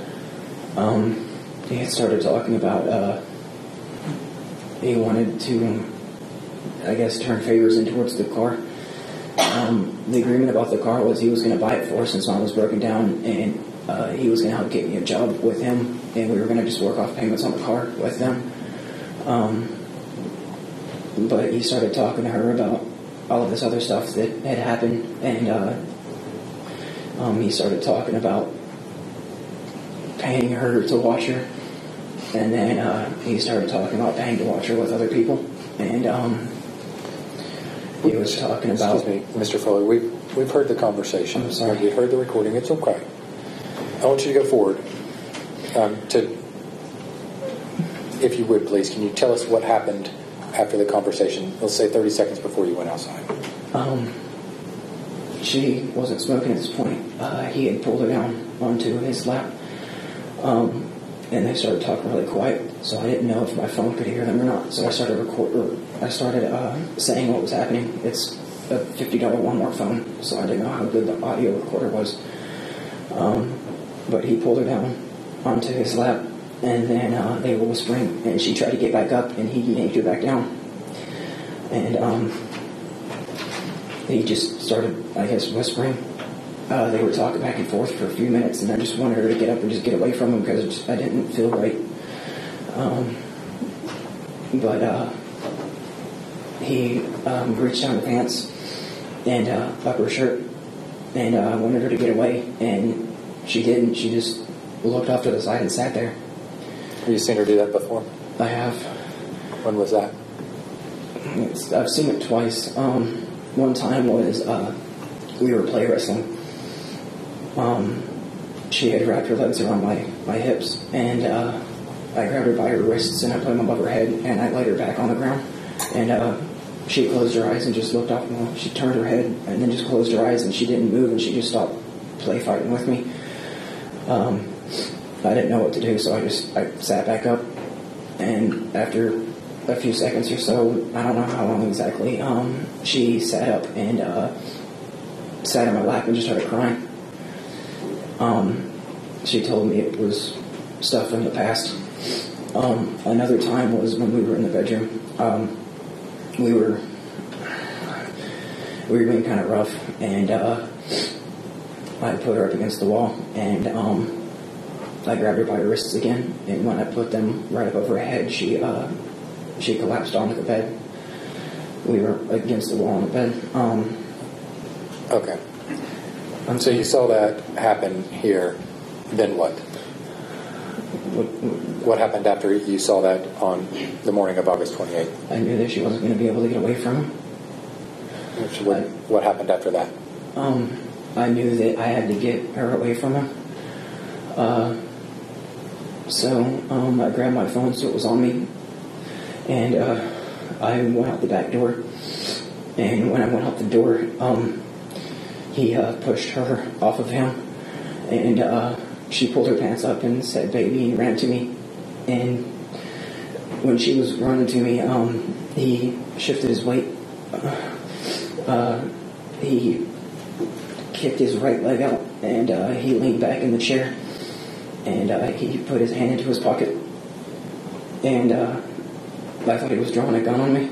S8: um, he had started talking about uh, he wanted to, I guess, turn favors in towards the car. Um, the agreement about the car was he was going to buy it for us, and so I was broken down, and uh, he was going to help get me a job with him, and we were going to just work off payments on the car with them. Um, but he started talking to her about all of this other stuff that had happened, and uh, um, he started talking about paying her to watch her. And then uh, he started talking about paying to watch her with other people. And um, he was talking about.
S5: Excuse me, Mr. Foley. We've we've heard the conversation.
S8: I'm sorry.
S5: We've heard the recording. It's okay. I want you to go forward. Um, to, if you would, please, can you tell us what happened after the conversation? Let's say 30 seconds before you went outside.
S8: Um, she wasn't smoking at this point. Uh, he had pulled her down onto his lap. Um, and they started talking really quiet, so I didn't know if my phone could hear them or not. So I started record, or I started uh, saying what was happening. It's a fifty dollar Walmart phone, so I didn't know how good the audio recorder was. Um, but he pulled her down onto his lap, and then uh, they were whispering, and she tried to get back up, and he yanked her back down. And um, he just started, I guess, whispering. Uh, they were talking back and forth for a few minutes, and I just wanted her to get up and just get away from him because I didn't feel right. Um, but uh, he um, reached down her pants and uh, up her shirt, and uh, I wanted her to get away, and she didn't. She just looked off to the side and sat there.
S5: Have you seen her do that before?
S8: I have
S5: When was that?
S8: It's, I've seen it twice. Um, one time was uh, we were play wrestling. Um, she had wrapped her legs around my, my hips, and uh, I grabbed her by her wrists and I put them above her head, and I laid her back on the ground. And uh, she closed her eyes and just looked off. Well, she turned her head and then just closed her eyes, and she didn't move, and she just stopped play fighting with me. Um, I didn't know what to do, so I just I sat back up, and after a few seconds or so, I don't know how long exactly, um, she sat up and uh, sat in my lap and just started crying. Um, she told me it was stuff from the past. Um, another time was when we were in the bedroom. Um, we were we were being kind of rough, and uh, I put her up against the wall, and um, I grabbed her by her wrists again, and when I put them right above her head, she uh, she collapsed onto the bed. We were against the wall on the bed. Um,
S5: Okay. And so you saw that happen here. Then what? What happened after you saw that on the morning of August 28th?
S8: I knew that she wasn't going to be able to get away from him.
S5: Which- What, what happened after that?
S8: Um, I knew that I had to get her away from him. Uh, so um, I grabbed my phone, so it was on me, and uh, I went out the back door. And when I went out the door, um, he uh, pushed her off of him, and uh, she pulled her pants up and said, "Baby," and ran to me. And when she was running to me, um, he shifted his weight. Uh, he kicked his right leg out and uh, he leaned back in the chair and uh, he put his hand into his pocket and uh, I thought he was drawing a gun on me.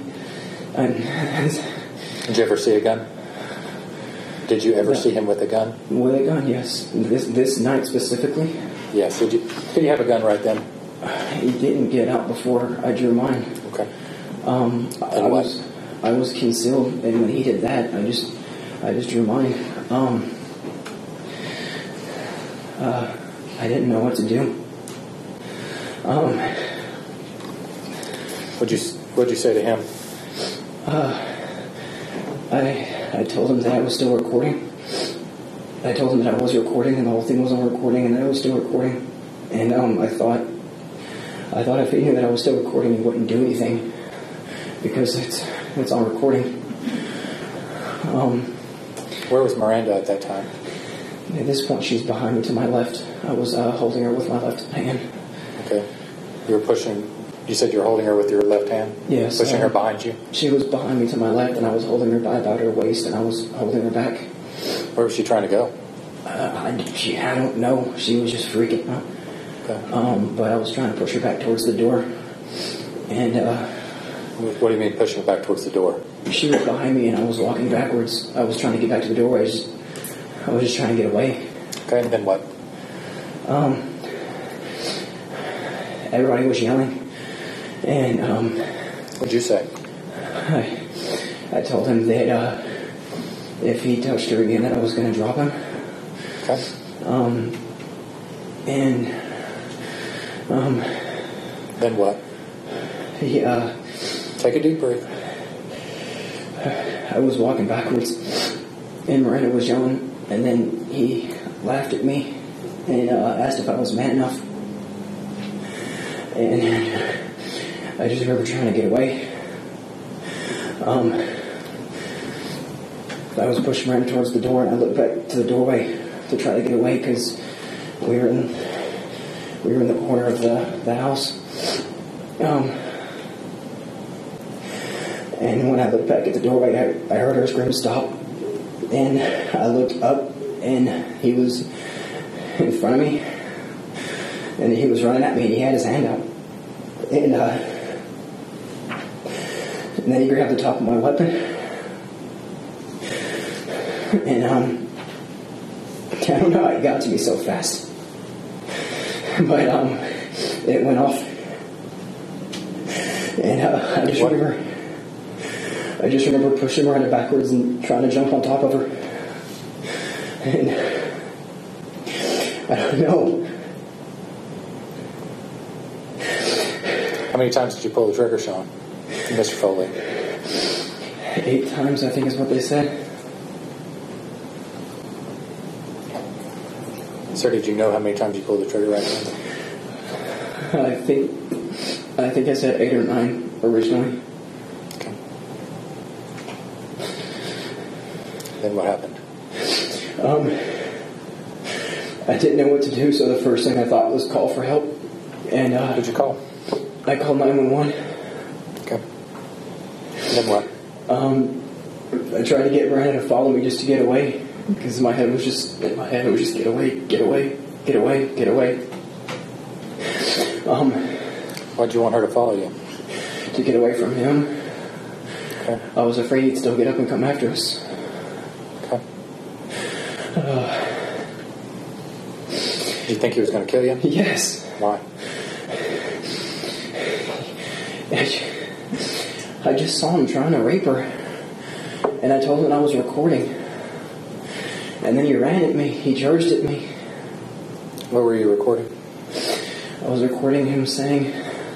S8: And
S5: Did you ever see a gun? Did you ever
S8: No.
S5: see him with a gun?
S8: with a gun, yes. This this night specifically,
S5: Yes. Did you? Did you have a gun right then?
S8: he didn't get out before I drew mine.
S5: Okay.
S8: Um, I I
S5: And what?
S8: was I was concealed, and when he did that, I just I just drew mine. Um, uh, I didn't know what to do. Um,
S5: Would you? What'd you say to him?
S8: I I told him that I was still recording, I told him that I was recording, and the whole thing was on recording, and that I was still recording. And um, I thought, I thought if he knew that I was still recording, he wouldn't do anything because it's it's on recording. Um,
S5: Where was Miranda at that time?
S8: at this point, she's behind me to my left. I was uh, holding her with my left hand.
S5: Okay. You were pushing, you said you were holding her with your left hand?
S8: Yes,
S5: Pushing her
S8: um,
S5: behind you?
S8: She was behind me to my left, and I was holding her by about her waist, and I was holding her back.
S5: Where was she trying to go?
S8: Uh, I, she, I don't know. She was just freaking out.
S5: Okay.
S8: Um, but I was trying to push her back towards the door. And uh,
S5: What do you mean pushing back towards the door?
S8: she was behind me, and I was walking backwards. I was trying to get back to the doorway. I, just, I was just trying to get away.
S5: Okay, and then what?
S8: Um, everybody was yelling. And um,
S5: What'd you say?
S8: I, I told him that uh, if he touched her again, that I was going to drop him.
S5: Okay.
S8: Um, and um,
S5: Then what?
S8: he, uh,
S5: Take a deep breath.
S8: I was walking backwards, and Miranda was yelling, and then he laughed at me and uh, asked if I was mad enough. And uh, I just remember trying to get away. Um, I was pushing Miranda towards the door, and I looked back to the doorway to try to get away because we were in we were in the corner of the, the house. Um, and when I looked back at the doorway, I, I heard her scream, stop. And I looked up, and he was in front of me. And he was running at me, and he had his hand out. And, uh, and then he grabbed the top of my weapon. And, um, I don't know how it got to me so fast. But, um, it went off. And, uh, I just
S5: What?
S8: remember. I just remember pushing Miranda backwards and trying to jump on top of her. And I don't know.
S5: How many times did you pull the trigger, Sean? Mr. Foley.
S8: Eight times, I think is what they said.
S5: Sir, did you know how many times you pulled the trigger right now?
S8: I think, I think I said eight or nine originally.
S5: Okay. Then what happened?
S8: Um, I didn't know what to do, so the first thing I thought was call for help, and uh,
S5: Did you call?
S8: I called nine one one.
S5: Okay. Then what?
S8: Um, I tried to get Miranda to follow me just to get away, because my head was just in my head. It was just get away, get away, get away, get away. Um,
S5: Why'd you want her to follow you?
S8: to get away from him.
S5: Okay.
S8: I was afraid he'd still get up and come after us.
S5: Okay. Did you think he was going to kill you?
S8: Yes.
S5: Why?
S8: I ju- I just saw him trying to rape her, and I told him I was recording. And then he ran at me. He charged at me.
S5: What were you recording?
S8: I was recording him saying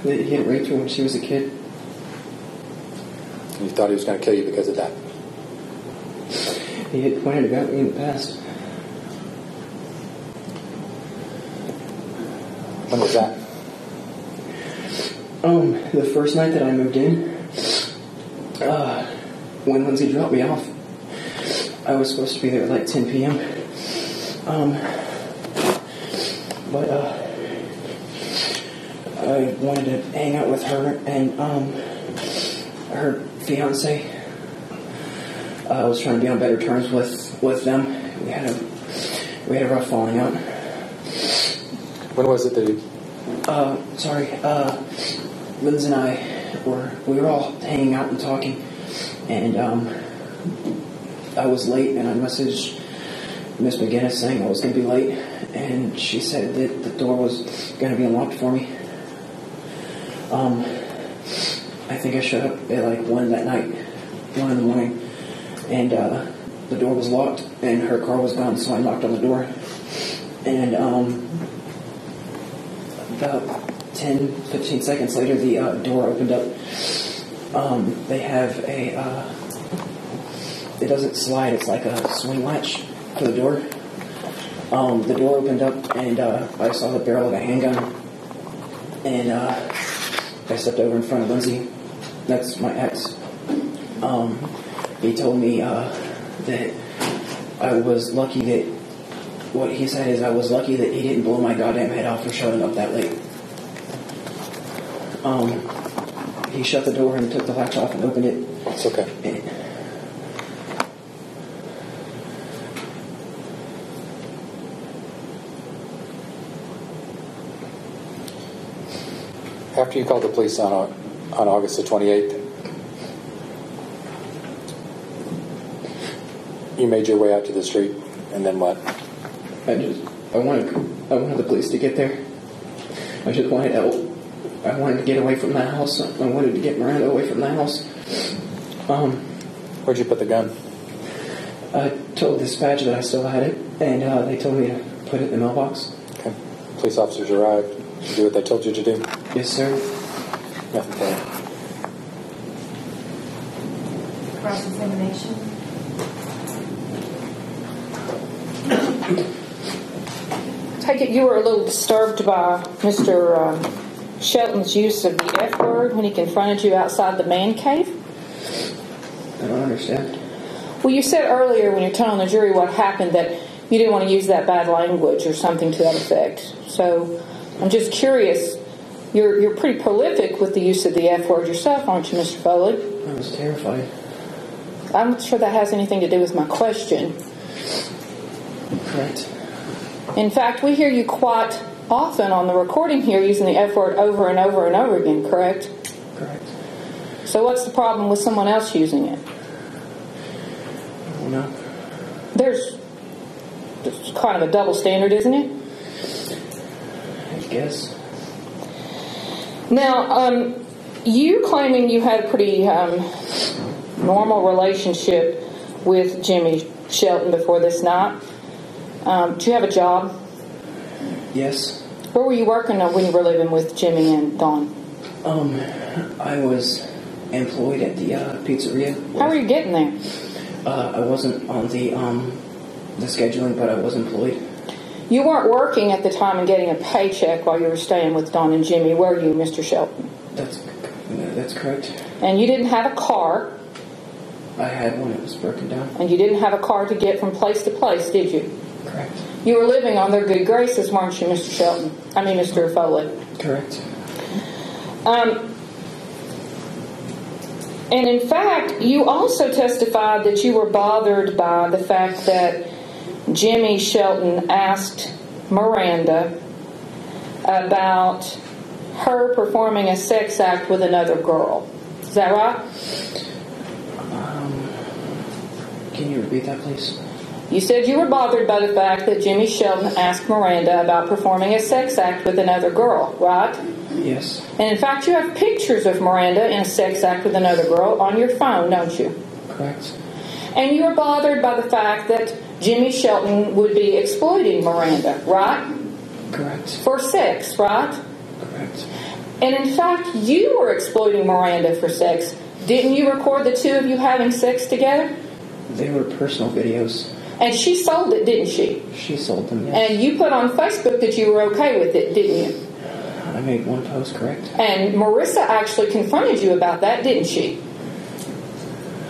S8: that he had raped her when she was a kid.
S5: You thought he was going to kill you because of that.
S8: He had pointed it out at me in the past.
S5: When was that?
S8: Um, the first night that I moved in, uh, when Lindsay dropped me off, I was supposed to be there at like 10 p.m. Um, but uh, I wanted to hang out with her and um, her fiance. I was trying to be on better terms with with them. We had a we had a rough falling out.
S5: When was it that you...
S8: Uh, sorry, uh, Linz and I were, we were all hanging out and talking, and, um, I was late, and I messaged Miss McGinnis saying I was gonna be late, and she said that the door was gonna be unlocked for me. Um, I think I showed up at like one that night, one in the morning, and, uh, the door was locked, and her car was gone, so I knocked on the door, and, um, about 10, 15 seconds later, the uh, door opened up. Um, they have a, uh, it doesn't slide, it's like a swing latch for the door. Um, the door opened up, and uh, I saw the barrel of a handgun. And uh, I stepped over in front of Lindsay. That's my ex. Um, he told me uh, that I was lucky that what he said is I was lucky that he didn't blow my goddamn head off for showing up that late. Um, he shut the door and took the latch off and opened it.
S5: It's okay.
S8: And
S5: After you called the police on, Au- on August the 28th, you made your way out to the street and then what?
S8: I just I wanted I wanted the police to get there. I just wanted help. I wanted to get away from the house. I wanted to get Miranda away from the house. Um,
S5: Where'd you put the gun?
S8: I told dispatch that I still had it, and uh, they told me to put it in the mailbox.
S5: Okay. Police officers arrived. You do what they told you to do.
S8: Yes, sir.
S5: Nothing further.
S3: Cross examination.
S4: Take it you were a little disturbed by Mr. um, Shelton's use of the F word when he confronted you outside the man cave?
S8: I don't understand.
S4: Well, you said earlier when you're telling the jury what happened that you didn't want to use that bad language or something to that effect. So I'm just curious. You're, you're pretty prolific with the use of the F word yourself, aren't you, Mr. Foley?
S8: I was terrified.
S4: I'm not sure that has anything to do with my question.
S8: Correct.
S4: In fact, we hear you quite often on the recording here using the F word over and over and over again, correct?
S8: Correct.
S4: So what's the problem with someone else using it?
S8: I don't know.
S4: There's, there's kind of a double standard, isn't it?
S8: I guess.
S4: Now, um, you claiming you had a pretty um, normal relationship with Jimmy Shelton before this night. Um, do you have a job?
S8: Yes.
S4: Where were you working when you were living with Jimmy and Dawn?
S8: Um, I was employed at the uh, pizzeria.
S4: How were you getting there?
S8: Uh, I wasn't on the um, the scheduling, but I was employed.
S4: You weren't working at the time and getting a paycheck while you were staying with Dawn and Jimmy, were you, Mr. Shelton?
S8: That's that's correct.
S4: And you didn't have a car,
S8: I had one. It was broken down.
S4: and you didn't have a car to get from place to place, did you?
S8: Correct.
S4: You were living on their good graces, weren't you, Mr. Shelton? I mean, Mr. Foley.
S8: Correct.
S4: Um, and in fact, you also testified that you were bothered by the fact that Jimmy Shelton asked Miranda about her performing a sex act with another girl. Is that right?
S8: Can you repeat that, please?
S4: You said you were bothered by the fact that Jimmy Shelton asked Miranda about performing a sex act with another girl, right?
S8: Yes.
S4: And in fact, you have pictures of Miranda in a sex act with another girl on your phone, don't you?
S8: Correct.
S4: And you were bothered by the fact that Jimmy Shelton would be exploiting Miranda, right?
S8: Correct.
S4: For sex, right?
S8: Correct.
S4: And in fact, you were exploiting Miranda for sex. Didn't you record the two of you having sex together?
S8: They were personal videos.
S4: And she sold it, didn't she?
S8: She sold them. Yes.
S4: And you put on Facebook that you were okay with it, didn't you?
S8: I made one post. Correct.
S4: And Marissa actually confronted you about that, didn't she?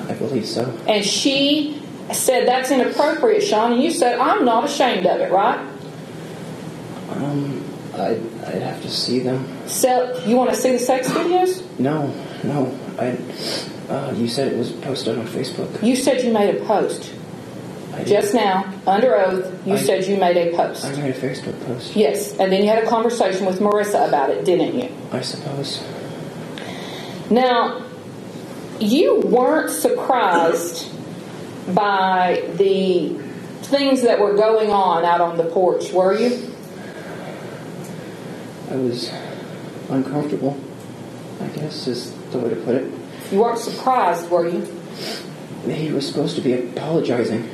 S8: I believe so.
S4: And she said, That's inappropriate, Sean. And you said, I'm not ashamed of it, right?
S8: Um, I'd I'd have to see them.
S4: So, you want to see the sex videos?
S8: No, no. I. Uh, you said it was posted on Facebook.
S4: You said you made a post.
S8: I did.
S4: Just now, under oath, you
S8: I-
S4: said you made a
S8: I
S4: post.
S8: made a Facebook post.
S4: Yes, and then you had a conversation with Marissa about it, didn't you?
S8: I suppose.
S4: Now, you weren't surprised by the things that were going on out on the porch, were you?
S8: I was uncomfortable. I guess is the way to put it.
S4: You weren't surprised, were you?
S8: He was supposed to be apologizing.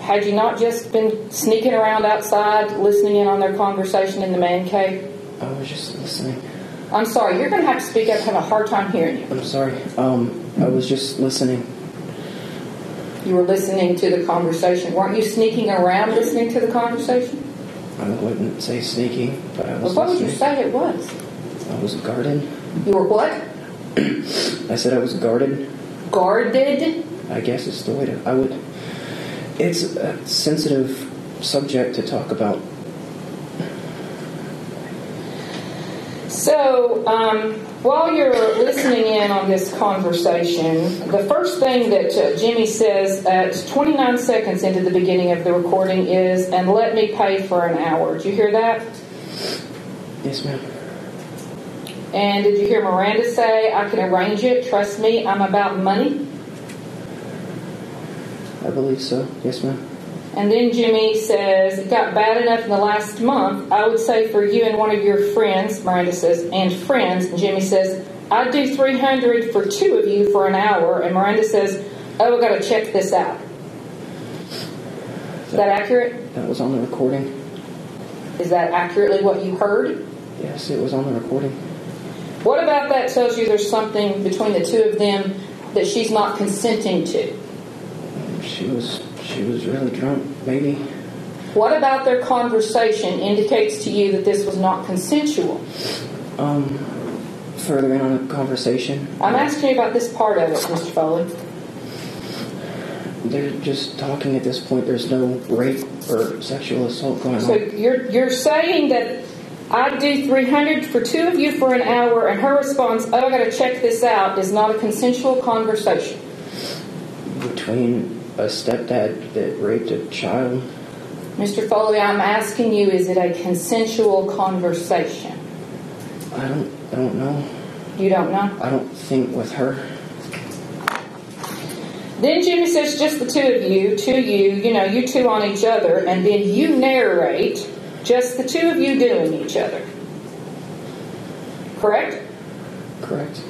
S4: Had you not just been sneaking around outside, listening in on their conversation in the man cave?
S8: I was just listening.
S4: I'm sorry, you're going to have to speak up. I have a hard time hearing you.
S8: I'm sorry. Um, I was just listening.
S4: you were listening to the conversation. Weren't you sneaking around listening to the conversation?
S8: I wouldn't say sneaky, but I
S4: Well,
S8: was.
S4: what would you
S8: listening.
S4: say it was?
S8: I was guarded.
S4: You were what?
S8: I said I was guarded.
S4: Guarded?
S8: I guess it's the way to. I would. It's a sensitive subject to talk about.
S4: So, um, while you're listening in on this conversation, the first thing that uh, Jimmy says at 29 seconds into the beginning of the recording is, and let me pay for an hour. Did you hear that?
S8: Yes, ma'am.
S4: And did you hear Miranda say, I can arrange it? Trust me, I'm about money.
S8: I believe so. Yes, ma'am.
S4: And then Jimmy says, It got bad enough in the last month. I would say for you and one of your friends, Miranda says, and friends. And Jimmy says, I'd do 300 for two of you for an hour. And Miranda says, Oh, i got to check this out. Is that accurate?
S8: That was on the recording.
S4: Is that accurately what you heard?
S8: Yes, it was on the recording.
S4: What about that tells you there's something between the two of them that she's not consenting to?
S8: She was. She was really drunk. Maybe.
S4: What about their conversation indicates to you that this was not consensual?
S8: Um. Further in on the conversation,
S4: I'm asking you about this part of it, Mr. Foley.
S8: they're just talking at this point. There's no rape or sexual assault going
S4: So
S8: on.
S4: you're you're saying that I'd do 300 for two of you for an hour, and her response, "Oh, I got to check this out," is not a consensual conversation.
S8: between a stepdad that raped a child.
S4: Mr. Foley, I'm asking you, is it a consensual conversation?
S8: I don't I don't know.
S4: You don't know.
S8: I don't think with her.
S4: Then Jimmy says, "Just the two of you, two you, you know, you two on each other," and then you narrate, "Just the two of you doing each other." Correct.
S8: Correct.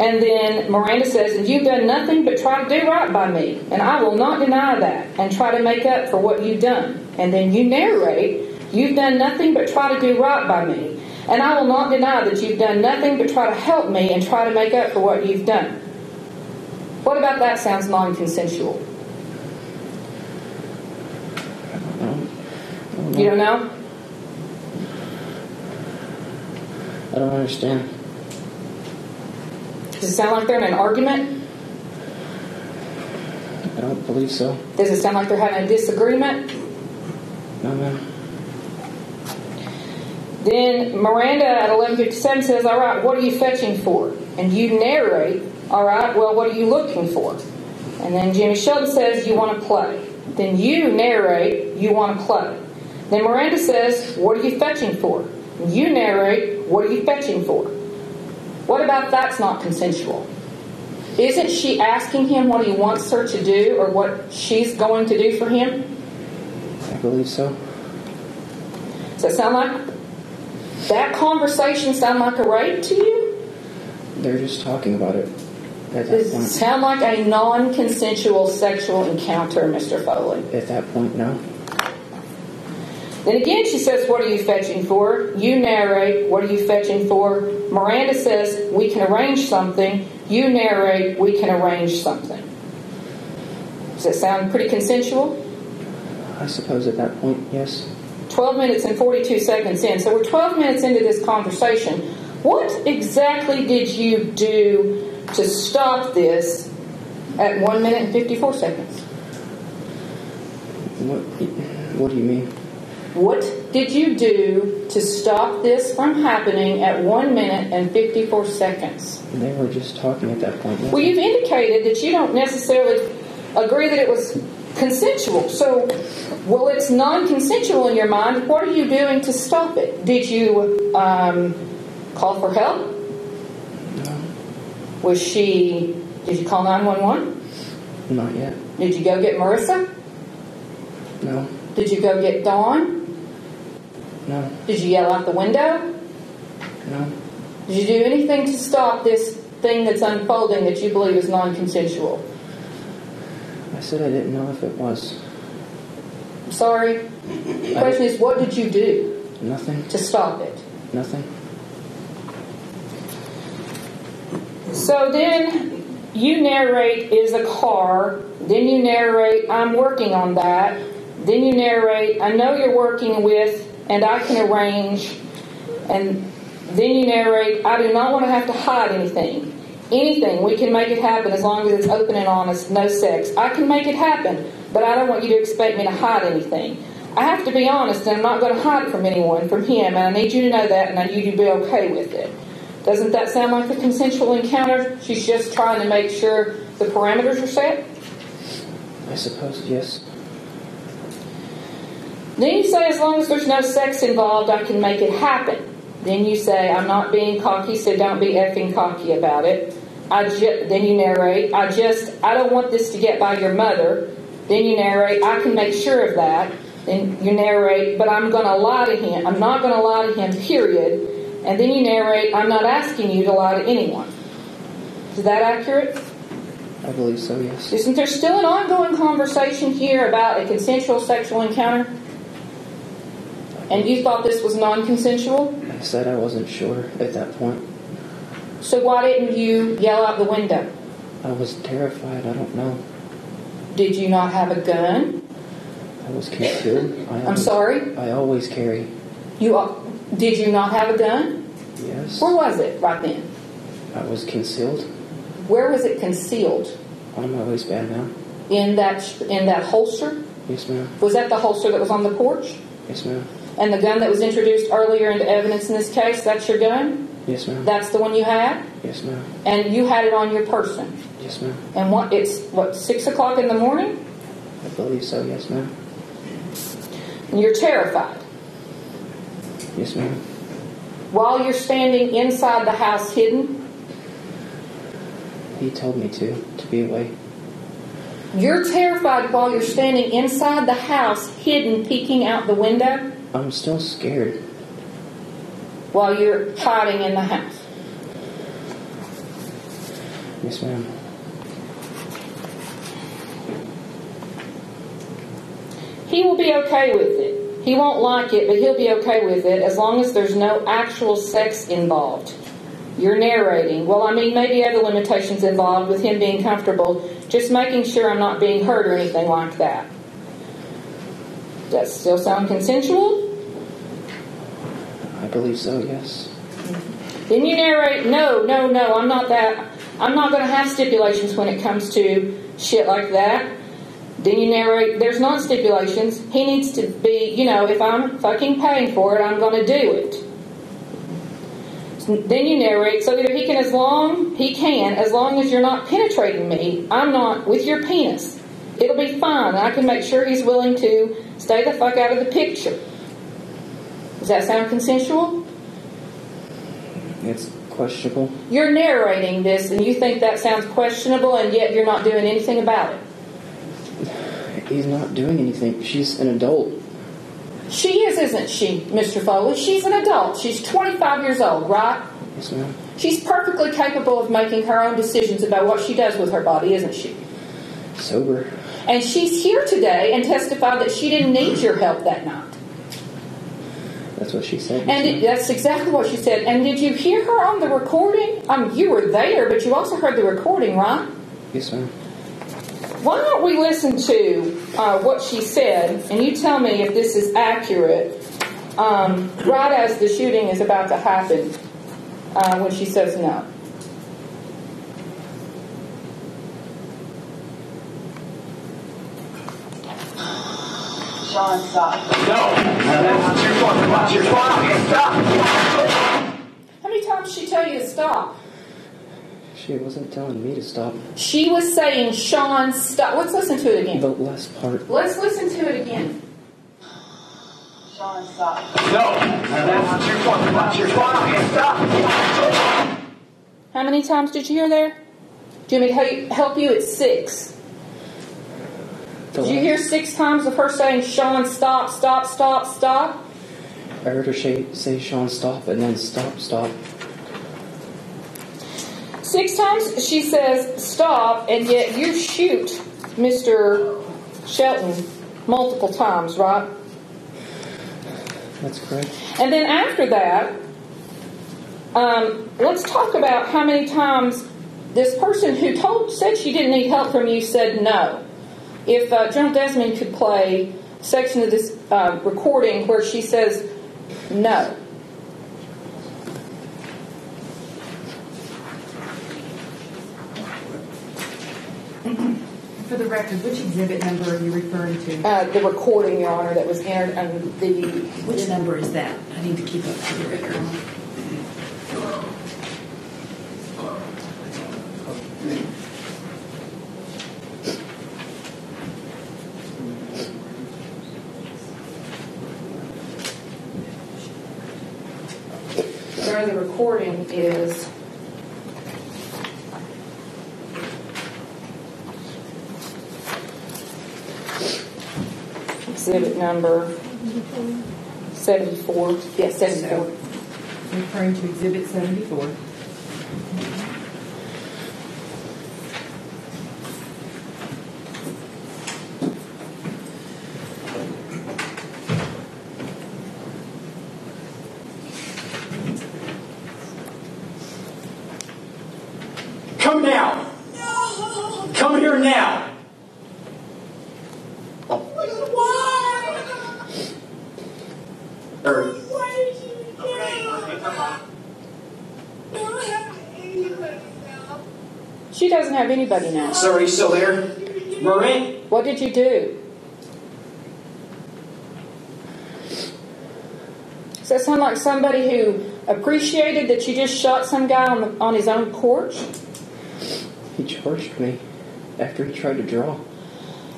S4: And then Miranda says, And you've done nothing but try to do right by me, and I will not deny that, and try to make up for what you've done. And then you narrate, You've done nothing but try to do right by me, and I will not deny that you've done nothing but try to help me and try to make up for what you've done. What about that sounds non consensual?
S8: I don't, I don't
S4: You
S8: know.
S4: don't know?
S8: I don't understand.
S4: Does it sound like they're in an argument?
S8: I don't believe so.
S4: Does it sound like they're having a disagreement?
S8: No ma'am.
S4: Then Miranda at 11:57 says, "All right, what are you fetching for?" And you narrate, "All right, well, what are you looking for?" And then Jimmy Sheldon says, "You want to play." Then you narrate, "You want to play." Then Miranda says, "What are you fetching for?" And you narrate, "What are you fetching for?" What about that's not consensual? Isn't she asking him what he wants her to do or what she's going to do for him?
S8: I believe so.
S4: Does that sound like that conversation sound like a rape to you?
S8: They're just talking about it at that
S4: Does it
S8: point.
S4: sound like a non consensual sexual encounter, Mr. Foley?
S8: At that point, no.
S4: Then again, she says, What are you fetching for? You narrate, What are you fetching for? Miranda says, We can arrange something. You narrate, We can arrange something. Does that sound pretty consensual?
S8: I suppose at that point, yes.
S4: 12 minutes and 42 seconds in. So we're 12 minutes into this conversation. What exactly did you do to stop this at 1 minute and 54 seconds?
S8: What What do you mean?
S4: What did you do to stop this from happening at 1 minute and 54 seconds?
S8: They were just talking at that point.
S4: Well, you've indicated that you don't necessarily agree that it was consensual. So, well, it's non consensual in your mind. What are you doing to stop it? Did you um, call for help?
S8: No,
S4: Was she, did you call 911?
S8: not yet.
S4: Did you go get Marissa?
S8: No,
S4: Did you go get Dawn?
S8: no,
S4: Did you yell out the window?
S8: no.
S4: Did you do anything to stop this thing that's unfolding that you believe is non consensual?
S8: I said I didn't know if it was
S4: I'm sorry. The question is, what did you do
S8: nothing.
S4: to stop it?
S8: Nothing.
S4: So then you narrate is a car Then you narrate, I'm working on that. Then you narrate, I know you're working with, and I can arrange. And then you narrate, I do not want to have to hide anything. Anything, we can make it happen as long as it's open and honest, no sex. I can make it happen, but I don't want you to expect me to hide anything. I have to be honest, and I'm not going to hide from anyone, from him, and I need you to know that, and I need you to be okay with it. Doesn't that sound like a consensual encounter? She's just trying to make sure the parameters are set?
S8: I suppose, yes.
S4: Then you say, as long as there's no sex involved, I can make it happen. Then you say, I'm not being cocky, so don't be effing cocky about it. I ju- then you narrate, I just, I don't want this to get by your mother. Then you narrate, I can make sure of that. Then you narrate, but I'm going to lie to him. I'm not going to lie to him, period. And then you narrate, I'm not asking you to lie to anyone. Is that accurate?
S8: I believe so, yes.
S4: Isn't there still an ongoing conversation here about a consensual sexual encounter? And you thought this was non consensual?
S8: I said I wasn't sure at that point.
S4: So why didn't you yell out the window?
S8: I was terrified. I don't know.
S4: Did you not have a gun?
S8: I was concealed. I
S4: I'm
S8: always-
S4: sorry?
S8: I always carry.
S4: You al- did you not have a gun?
S8: Yes.
S4: Where was it right then?
S8: I was concealed
S4: Where was it concealed?
S8: on my waistband now.
S4: In that in that holster?
S8: Yes, ma'am.
S4: Was that the holster that was on the porch?
S8: Yes, ma'am.
S4: And the gun that was introduced earlier into evidence in this case, that's your gun?
S8: Yes, ma'am.
S4: That's the one you had?
S8: Yes, ma'am.
S4: And you had it on your person?
S8: Yes, ma'am.
S4: And what it's what six o'clock in the morning,
S8: I believe so. Yes, ma'am.
S4: and you're terrified.
S8: Yes, ma'am.
S4: While you're standing inside the house, hidden,
S8: He told me to to be away.
S4: you're terrified while you're standing inside the house, hidden, peeking out the window,
S8: I'm still scared.
S4: while you're hiding in the house.
S8: Yes, ma'am.
S4: He will be okay with it. He won't like it, but he'll be okay with it as long as there's no actual sex involved. You're narrating. Well, I mean, maybe other limitations involved with him being comfortable, just making sure I'm not being hurt or anything like that. Does that still sound consensual?
S8: I believe so. Yes.
S4: Then you narrate, no, no, no, I'm not that. I'm not going to have stipulations when it comes to shit like that. Then you narrate, there's non stipulations. He needs to be, you know, if I'm fucking paying for it, I'm going to do it. Then you narrate, so either he can, as long, he can, as long as you're not penetrating me, I'm not, with your penis. It'll be fine. I can make sure he's willing to stay the fuck out of the picture. Does that sound consensual?
S8: It's questionable.
S4: You're narrating this and you think that sounds questionable and yet you're not doing anything about it.
S8: He's not doing anything. She's an adult.
S4: She is, isn't she, Mr. Foley? She's an adult. She's 25 years old, right?
S8: Yes, ma'am.
S4: She's perfectly capable of making her own decisions about what she does with her body, isn't she?
S8: Sober.
S4: And she's here today and testified that she didn't need your help that night.
S8: That's what she said.
S4: And it, that's exactly what she said. And did you hear her on the recording? I mean, you were there, but you also heard the recording, right?
S8: yes, ma'am.
S4: Why don't we listen to uh, what she said, and you tell me if this is accurate, um, right as the shooting is about to happen, uh, when she says no. How many times did she tell you to stop?
S8: She wasn't telling me to stop.
S4: She was saying, Sean, stop. Let's listen to it again.
S8: The last part.
S4: Let's listen to it again. How many times did you hear there? Do you want me to hel- help you? It's six.
S8: The
S4: Did you
S8: last-
S4: hear six times of her saying, Sean, stop, stop, stop, stop?
S8: I heard her say, say, Sean, stop, and then stop, stop.
S4: Six times she says, stop, and yet you shoot Mr. Shelton multiple times, right?
S8: That's correct.
S4: And then after that, um, let's talk about how many times this person who told said she didn't need help from you said no. If uh, Joan Desmond could play a section of this uh, recording where she says no.
S11: For the record, which exhibit number are you referring to?
S4: Uh, the recording, Your Honor, that was entered under the.
S11: Which number is that? I need to keep up to the record.
S4: Sorry, the recording is. Exhibit number seventy-four, yes, seventy-four.
S11: Referring to exhibit seventy-four.
S12: Come now. Come here now. Or
S4: She doesn't have anybody now.
S12: Sir, are you still there? Marie?
S4: What did you do? Does that sound like somebody who appreciated that you just shot some guy on, the, on his own porch?
S8: He charged me after he tried to draw.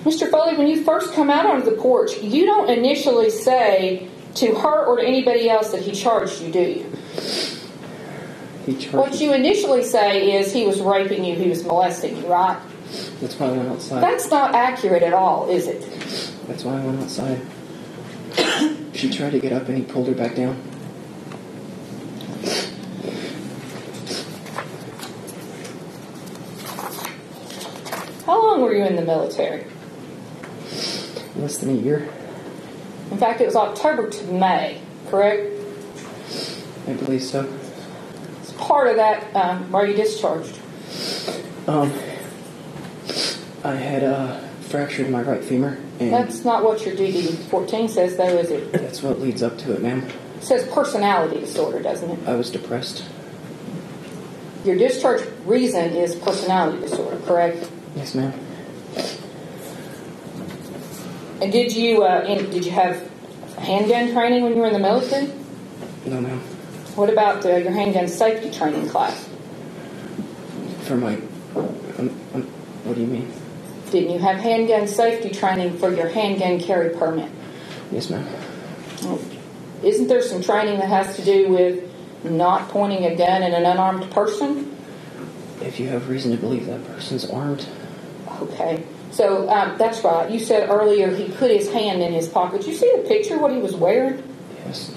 S4: Mr. Foley, when you first come out onto the porch, you don't initially say to her or to anybody else that he charged you, do you?
S8: He charged
S4: What you initially say is he was raping you, he was molesting you, right?
S8: That's why I went outside.
S4: That's not accurate at all, is it?
S8: That's why I went outside. she tried to get up and he pulled her back down.
S4: How long were you in the military?
S8: Less than a year.
S4: In fact, it was October to May, correct?
S8: I believe so.
S4: It's part of that. Um, where you discharged?
S8: Um, I had uh, fractured my right femur, and that's,
S4: That's not what your DD 14 says, though, is it?
S8: what leads up to it, ma'am.
S4: It says personality disorder, doesn't it?
S8: I was depressed.
S4: Your discharge reason is personality disorder, correct?
S8: Yes, ma'am.
S4: And did you uh, in, did you have handgun training when you were in the military?
S8: No, ma'am.
S4: What about uh, your handgun safety training class?
S8: For my, um, um, what do you mean?
S4: Didn't you have handgun safety training for your handgun carry permit?
S8: Yes, ma'am.
S4: Isn't there some training that has to do with not pointing a gun at an unarmed person?
S8: If you have reason to believe that person's armed,
S4: Okay, so um, that's right. You said earlier he put his hand in his pocket. You see the picture, what he was wearing?
S8: yes,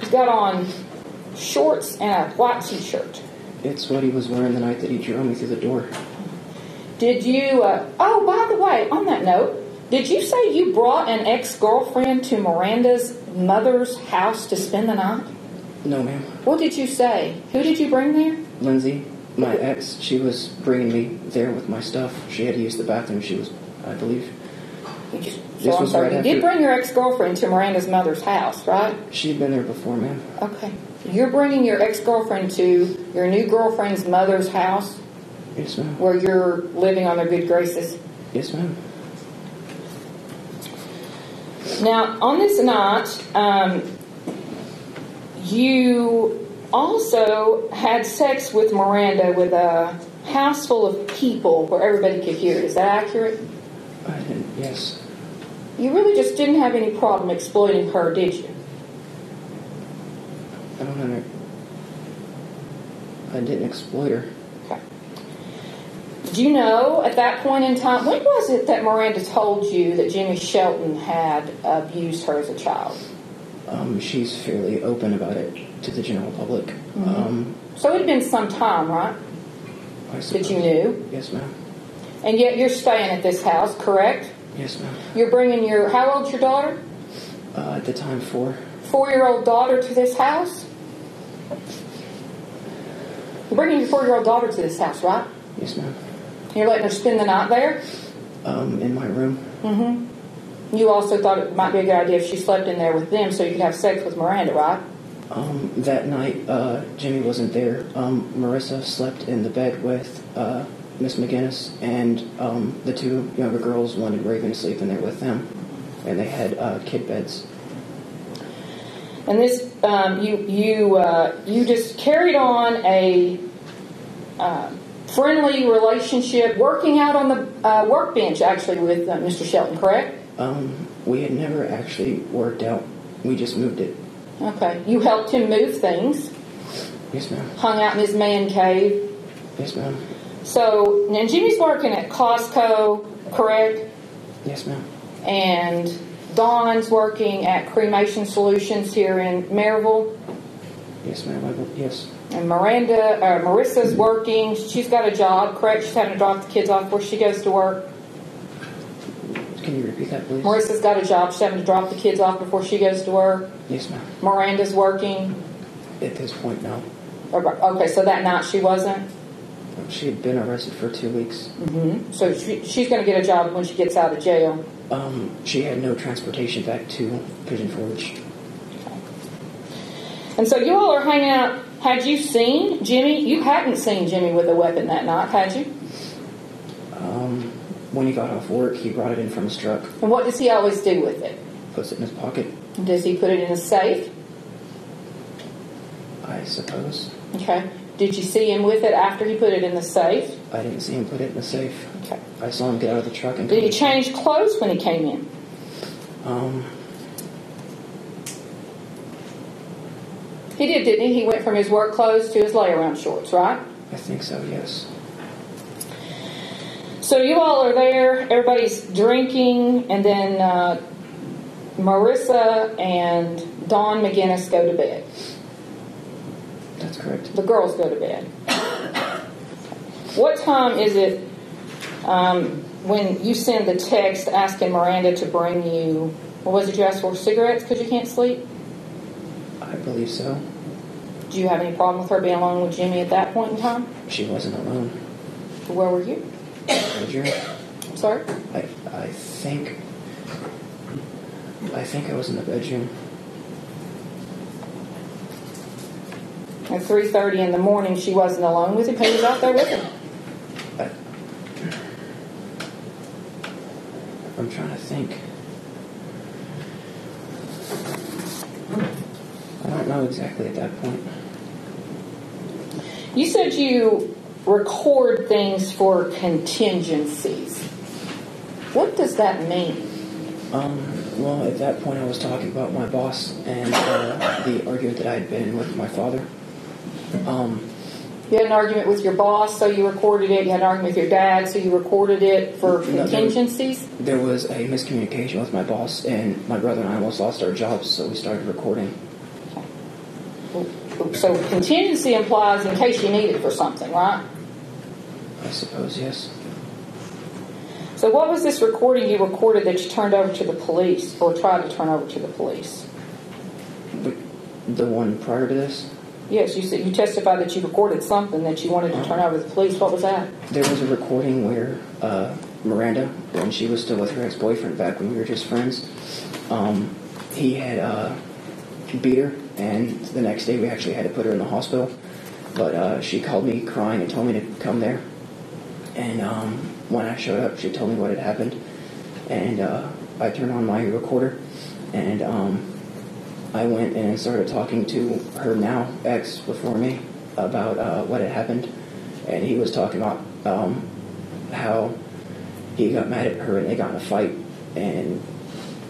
S4: He's got on shorts and a white t shirt.
S8: it's what he was wearing the night that he drove me through the door.
S4: Did you, uh, oh, by the way, on that note, did you say you brought an ex girlfriend to Miranda's mother's house to spend the night?
S8: No, ma'am.
S4: What did you say? Who did you bring there?
S8: Lindsay, my ex, she was bringing me there with my stuff. She had to use the bathroom. She was, I believe,
S4: You just, so
S8: This
S4: I'm
S8: was
S4: sorry,
S8: right
S4: you did
S8: after-
S4: bring your ex girlfriend to Miranda's mother's house, right?
S8: she had been there before, ma'am.
S4: Okay. You're bringing your ex girlfriend to your new girlfriend's mother's house
S8: Yes, ma'am.
S4: where you're living on their good graces.
S8: Yes, ma'am.
S4: Now, on this night, um, you also had sex with Miranda with a house full of people where everybody could hear. Is that accurate?
S8: I didn't. Yes,
S4: You really just didn't have any problem exploiting her, did you?
S8: I don't under. I didn't exploit her.
S4: Okay. Do you know at that point in time, when was it that Miranda told you that Jimmy Shelton had abused her as a child?
S8: Um, she's fairly open about it to the general public. Um,
S4: So it had been some time, right,
S8: I
S4: that
S8: suppose-
S4: you knew?
S8: Yes, ma'am.
S4: And yet you're staying at this house, correct?
S8: Yes, ma'am.
S4: You're bringing your how old's your daughter?
S8: Uh, at the time, four.
S4: Four year old daughter to this house. You're bringing your four year old daughter to this house, right?
S8: Yes, ma'am.
S4: You're letting her spend the night there.
S8: Um, in my room.
S4: Mm-hmm. You also thought it might be a good idea if she slept in there with them so you could have sex with Miranda, right?
S8: Um, that night, uh, Jimmy wasn't there. Um, Marissa slept in the bed with uh, Miss McGinnis, and um, the two younger girls wanted Raven to sleep in there with them, and they had uh, kid beds.
S4: And this, um, you you uh, you just carried on a um friendly relationship, working out on the uh, workbench actually with uh, Mr. Shelton, correct?
S8: Um, we had never actually worked out. We just moved it.
S4: Okay. You helped him move things,
S8: Yes, ma'am.
S4: hung out in his man cave.
S8: Yes, ma'am.
S4: So now Jimmy's working at Costco, correct?
S8: Yes, ma'am.
S4: And Dawn's working at Cremation Solutions here in Maryville.
S8: Yes, ma'am. I, will- yes.
S4: And Miranda, uh, Marissa's working. She's got a job, correct? She's having to drop the kids off where she goes to work.
S8: Can you repeat that, please?
S4: Marissa's got a job. She's having to drop the kids off before she goes to work.
S8: Yes, ma'am.
S4: Miranda's working.
S8: At this point, no.
S4: Okay, so that night she wasn't.
S8: She had been arrested for two weeks.
S4: hmm So she, she's going to get a job when she gets out of jail.
S8: Um, she had no transportation back to Pigeon Forge.
S4: And so you all are hanging out. Had you seen Jimmy? You hadn't seen Jimmy with a weapon that night, had you?
S8: Um, when he got off work, he brought it in from his truck,
S4: And what does he always do with it?
S8: puts it in his pocket,
S4: Does he put it in a safe?
S8: I suppose.
S4: Okay. Did you see him with it after he put it in the safe?
S8: I didn't see him put it in the safe.
S4: Okay.
S8: I saw him get out of the truck and.
S4: Did he change clothes when he came in?
S8: Um,
S4: He did, didn't he? He went from his work clothes to his layaround shorts, right?
S8: I think so. Yes.
S4: So you all are there. Everybody's drinking, and then uh, Marissa and Dawn McGinnis go to bed.
S8: That's correct.
S4: The girls go to bed. What time is it um, when you send the text asking Miranda to bring you? What was it you asked for? Cigarettes because you can't sleep.
S8: I believe so.
S4: Do you have any problem with her being alone with Jimmy at that point in time?
S8: She wasn't alone.
S4: Where were you?
S8: Roger.
S4: I'm sorry.
S8: I I think. I think I was in the bedroom.
S4: At three thirty in the morning, she wasn't alone with him. He was out there with her.
S8: I, I'm trying to think. I don't know exactly at that point.
S4: You said you record things for contingencies. What does that mean?
S8: Um, well, at that point, I was talking about my boss and uh, the argument that I had been in with my father. Um,
S4: You had an argument with your boss, so you recorded it. You had an argument with your dad, so you recorded it for
S8: Nothing.
S4: contingencies.
S8: there was a miscommunication with my boss, and my brother and I almost lost our jobs, so we started recording.
S4: So contingency implies in case you need it for something, right?
S8: I suppose, yes.
S4: So what was this recording you recorded that you turned over to the police or tried to turn over to the police?
S8: But the one prior to this,
S4: Yes, you said you testified that you recorded something that you wanted to turn over to the police. What was that?
S8: there was a recording where uh, Miranda, when she was still with her ex-boyfriend back when we were just friends, um, he had uh, beat her, and the next day we actually had to put her in the hospital. But uh, she called me crying and told me to come there. And um, when I showed up, she told me what had happened, and uh, I turned on my recorder, and um, I went and started talking to her now ex before me about uh, what had happened, and he was talking about um, how he got mad at her and they got in a fight, and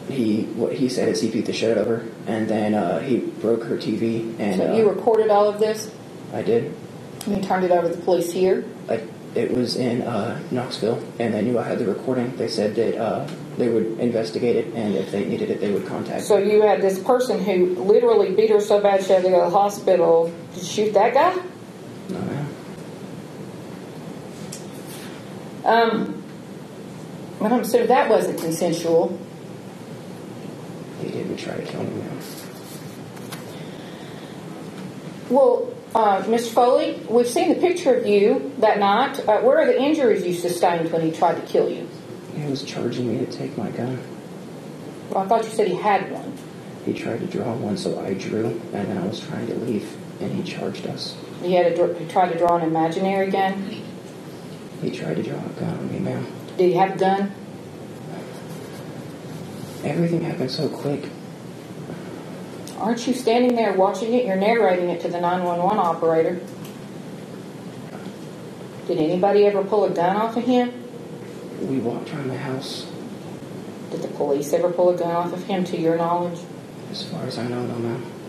S8: he what he said is he beat the shit out of her, and then uh, he broke her TV, and
S4: so
S8: uh,
S4: you recorded all of this
S8: I did.
S4: and you turned it over to the police here.
S8: I, it was in uh, Knoxville, and they knew I had the recording. They said that uh, they would investigate it, and if they needed it, they would contact.
S4: So you had this person who literally beat her so bad she had to go to the hospital. Did you shoot that guy?
S8: No, ma'am.
S4: Um, but I'm assuming that wasn't consensual.
S8: He didn't try to kill me, ma'am.
S4: Well, uh, Mr. Foley, we've seen the picture of you that night. Uh, where are the injuries you sustained when he tried to kill you?
S8: He was charging me to take my gun.
S4: Well, I thought you said he had one.
S8: He tried to draw one, so I drew, and then I was trying to leave, and he charged us.
S4: He had a, dr- he tried to draw an imaginary gun.
S8: He tried to draw a gun on me, ma'am.
S4: Did he have a gun?
S8: Everything happened so quick.
S4: Aren't you standing there watching it? You're narrating it to the 911 operator. Did anybody ever pull a gun off of him?
S8: We walked around the house.
S4: Did the police ever pull a gun off of him, to your knowledge?
S8: As far as I know, no, ma'am.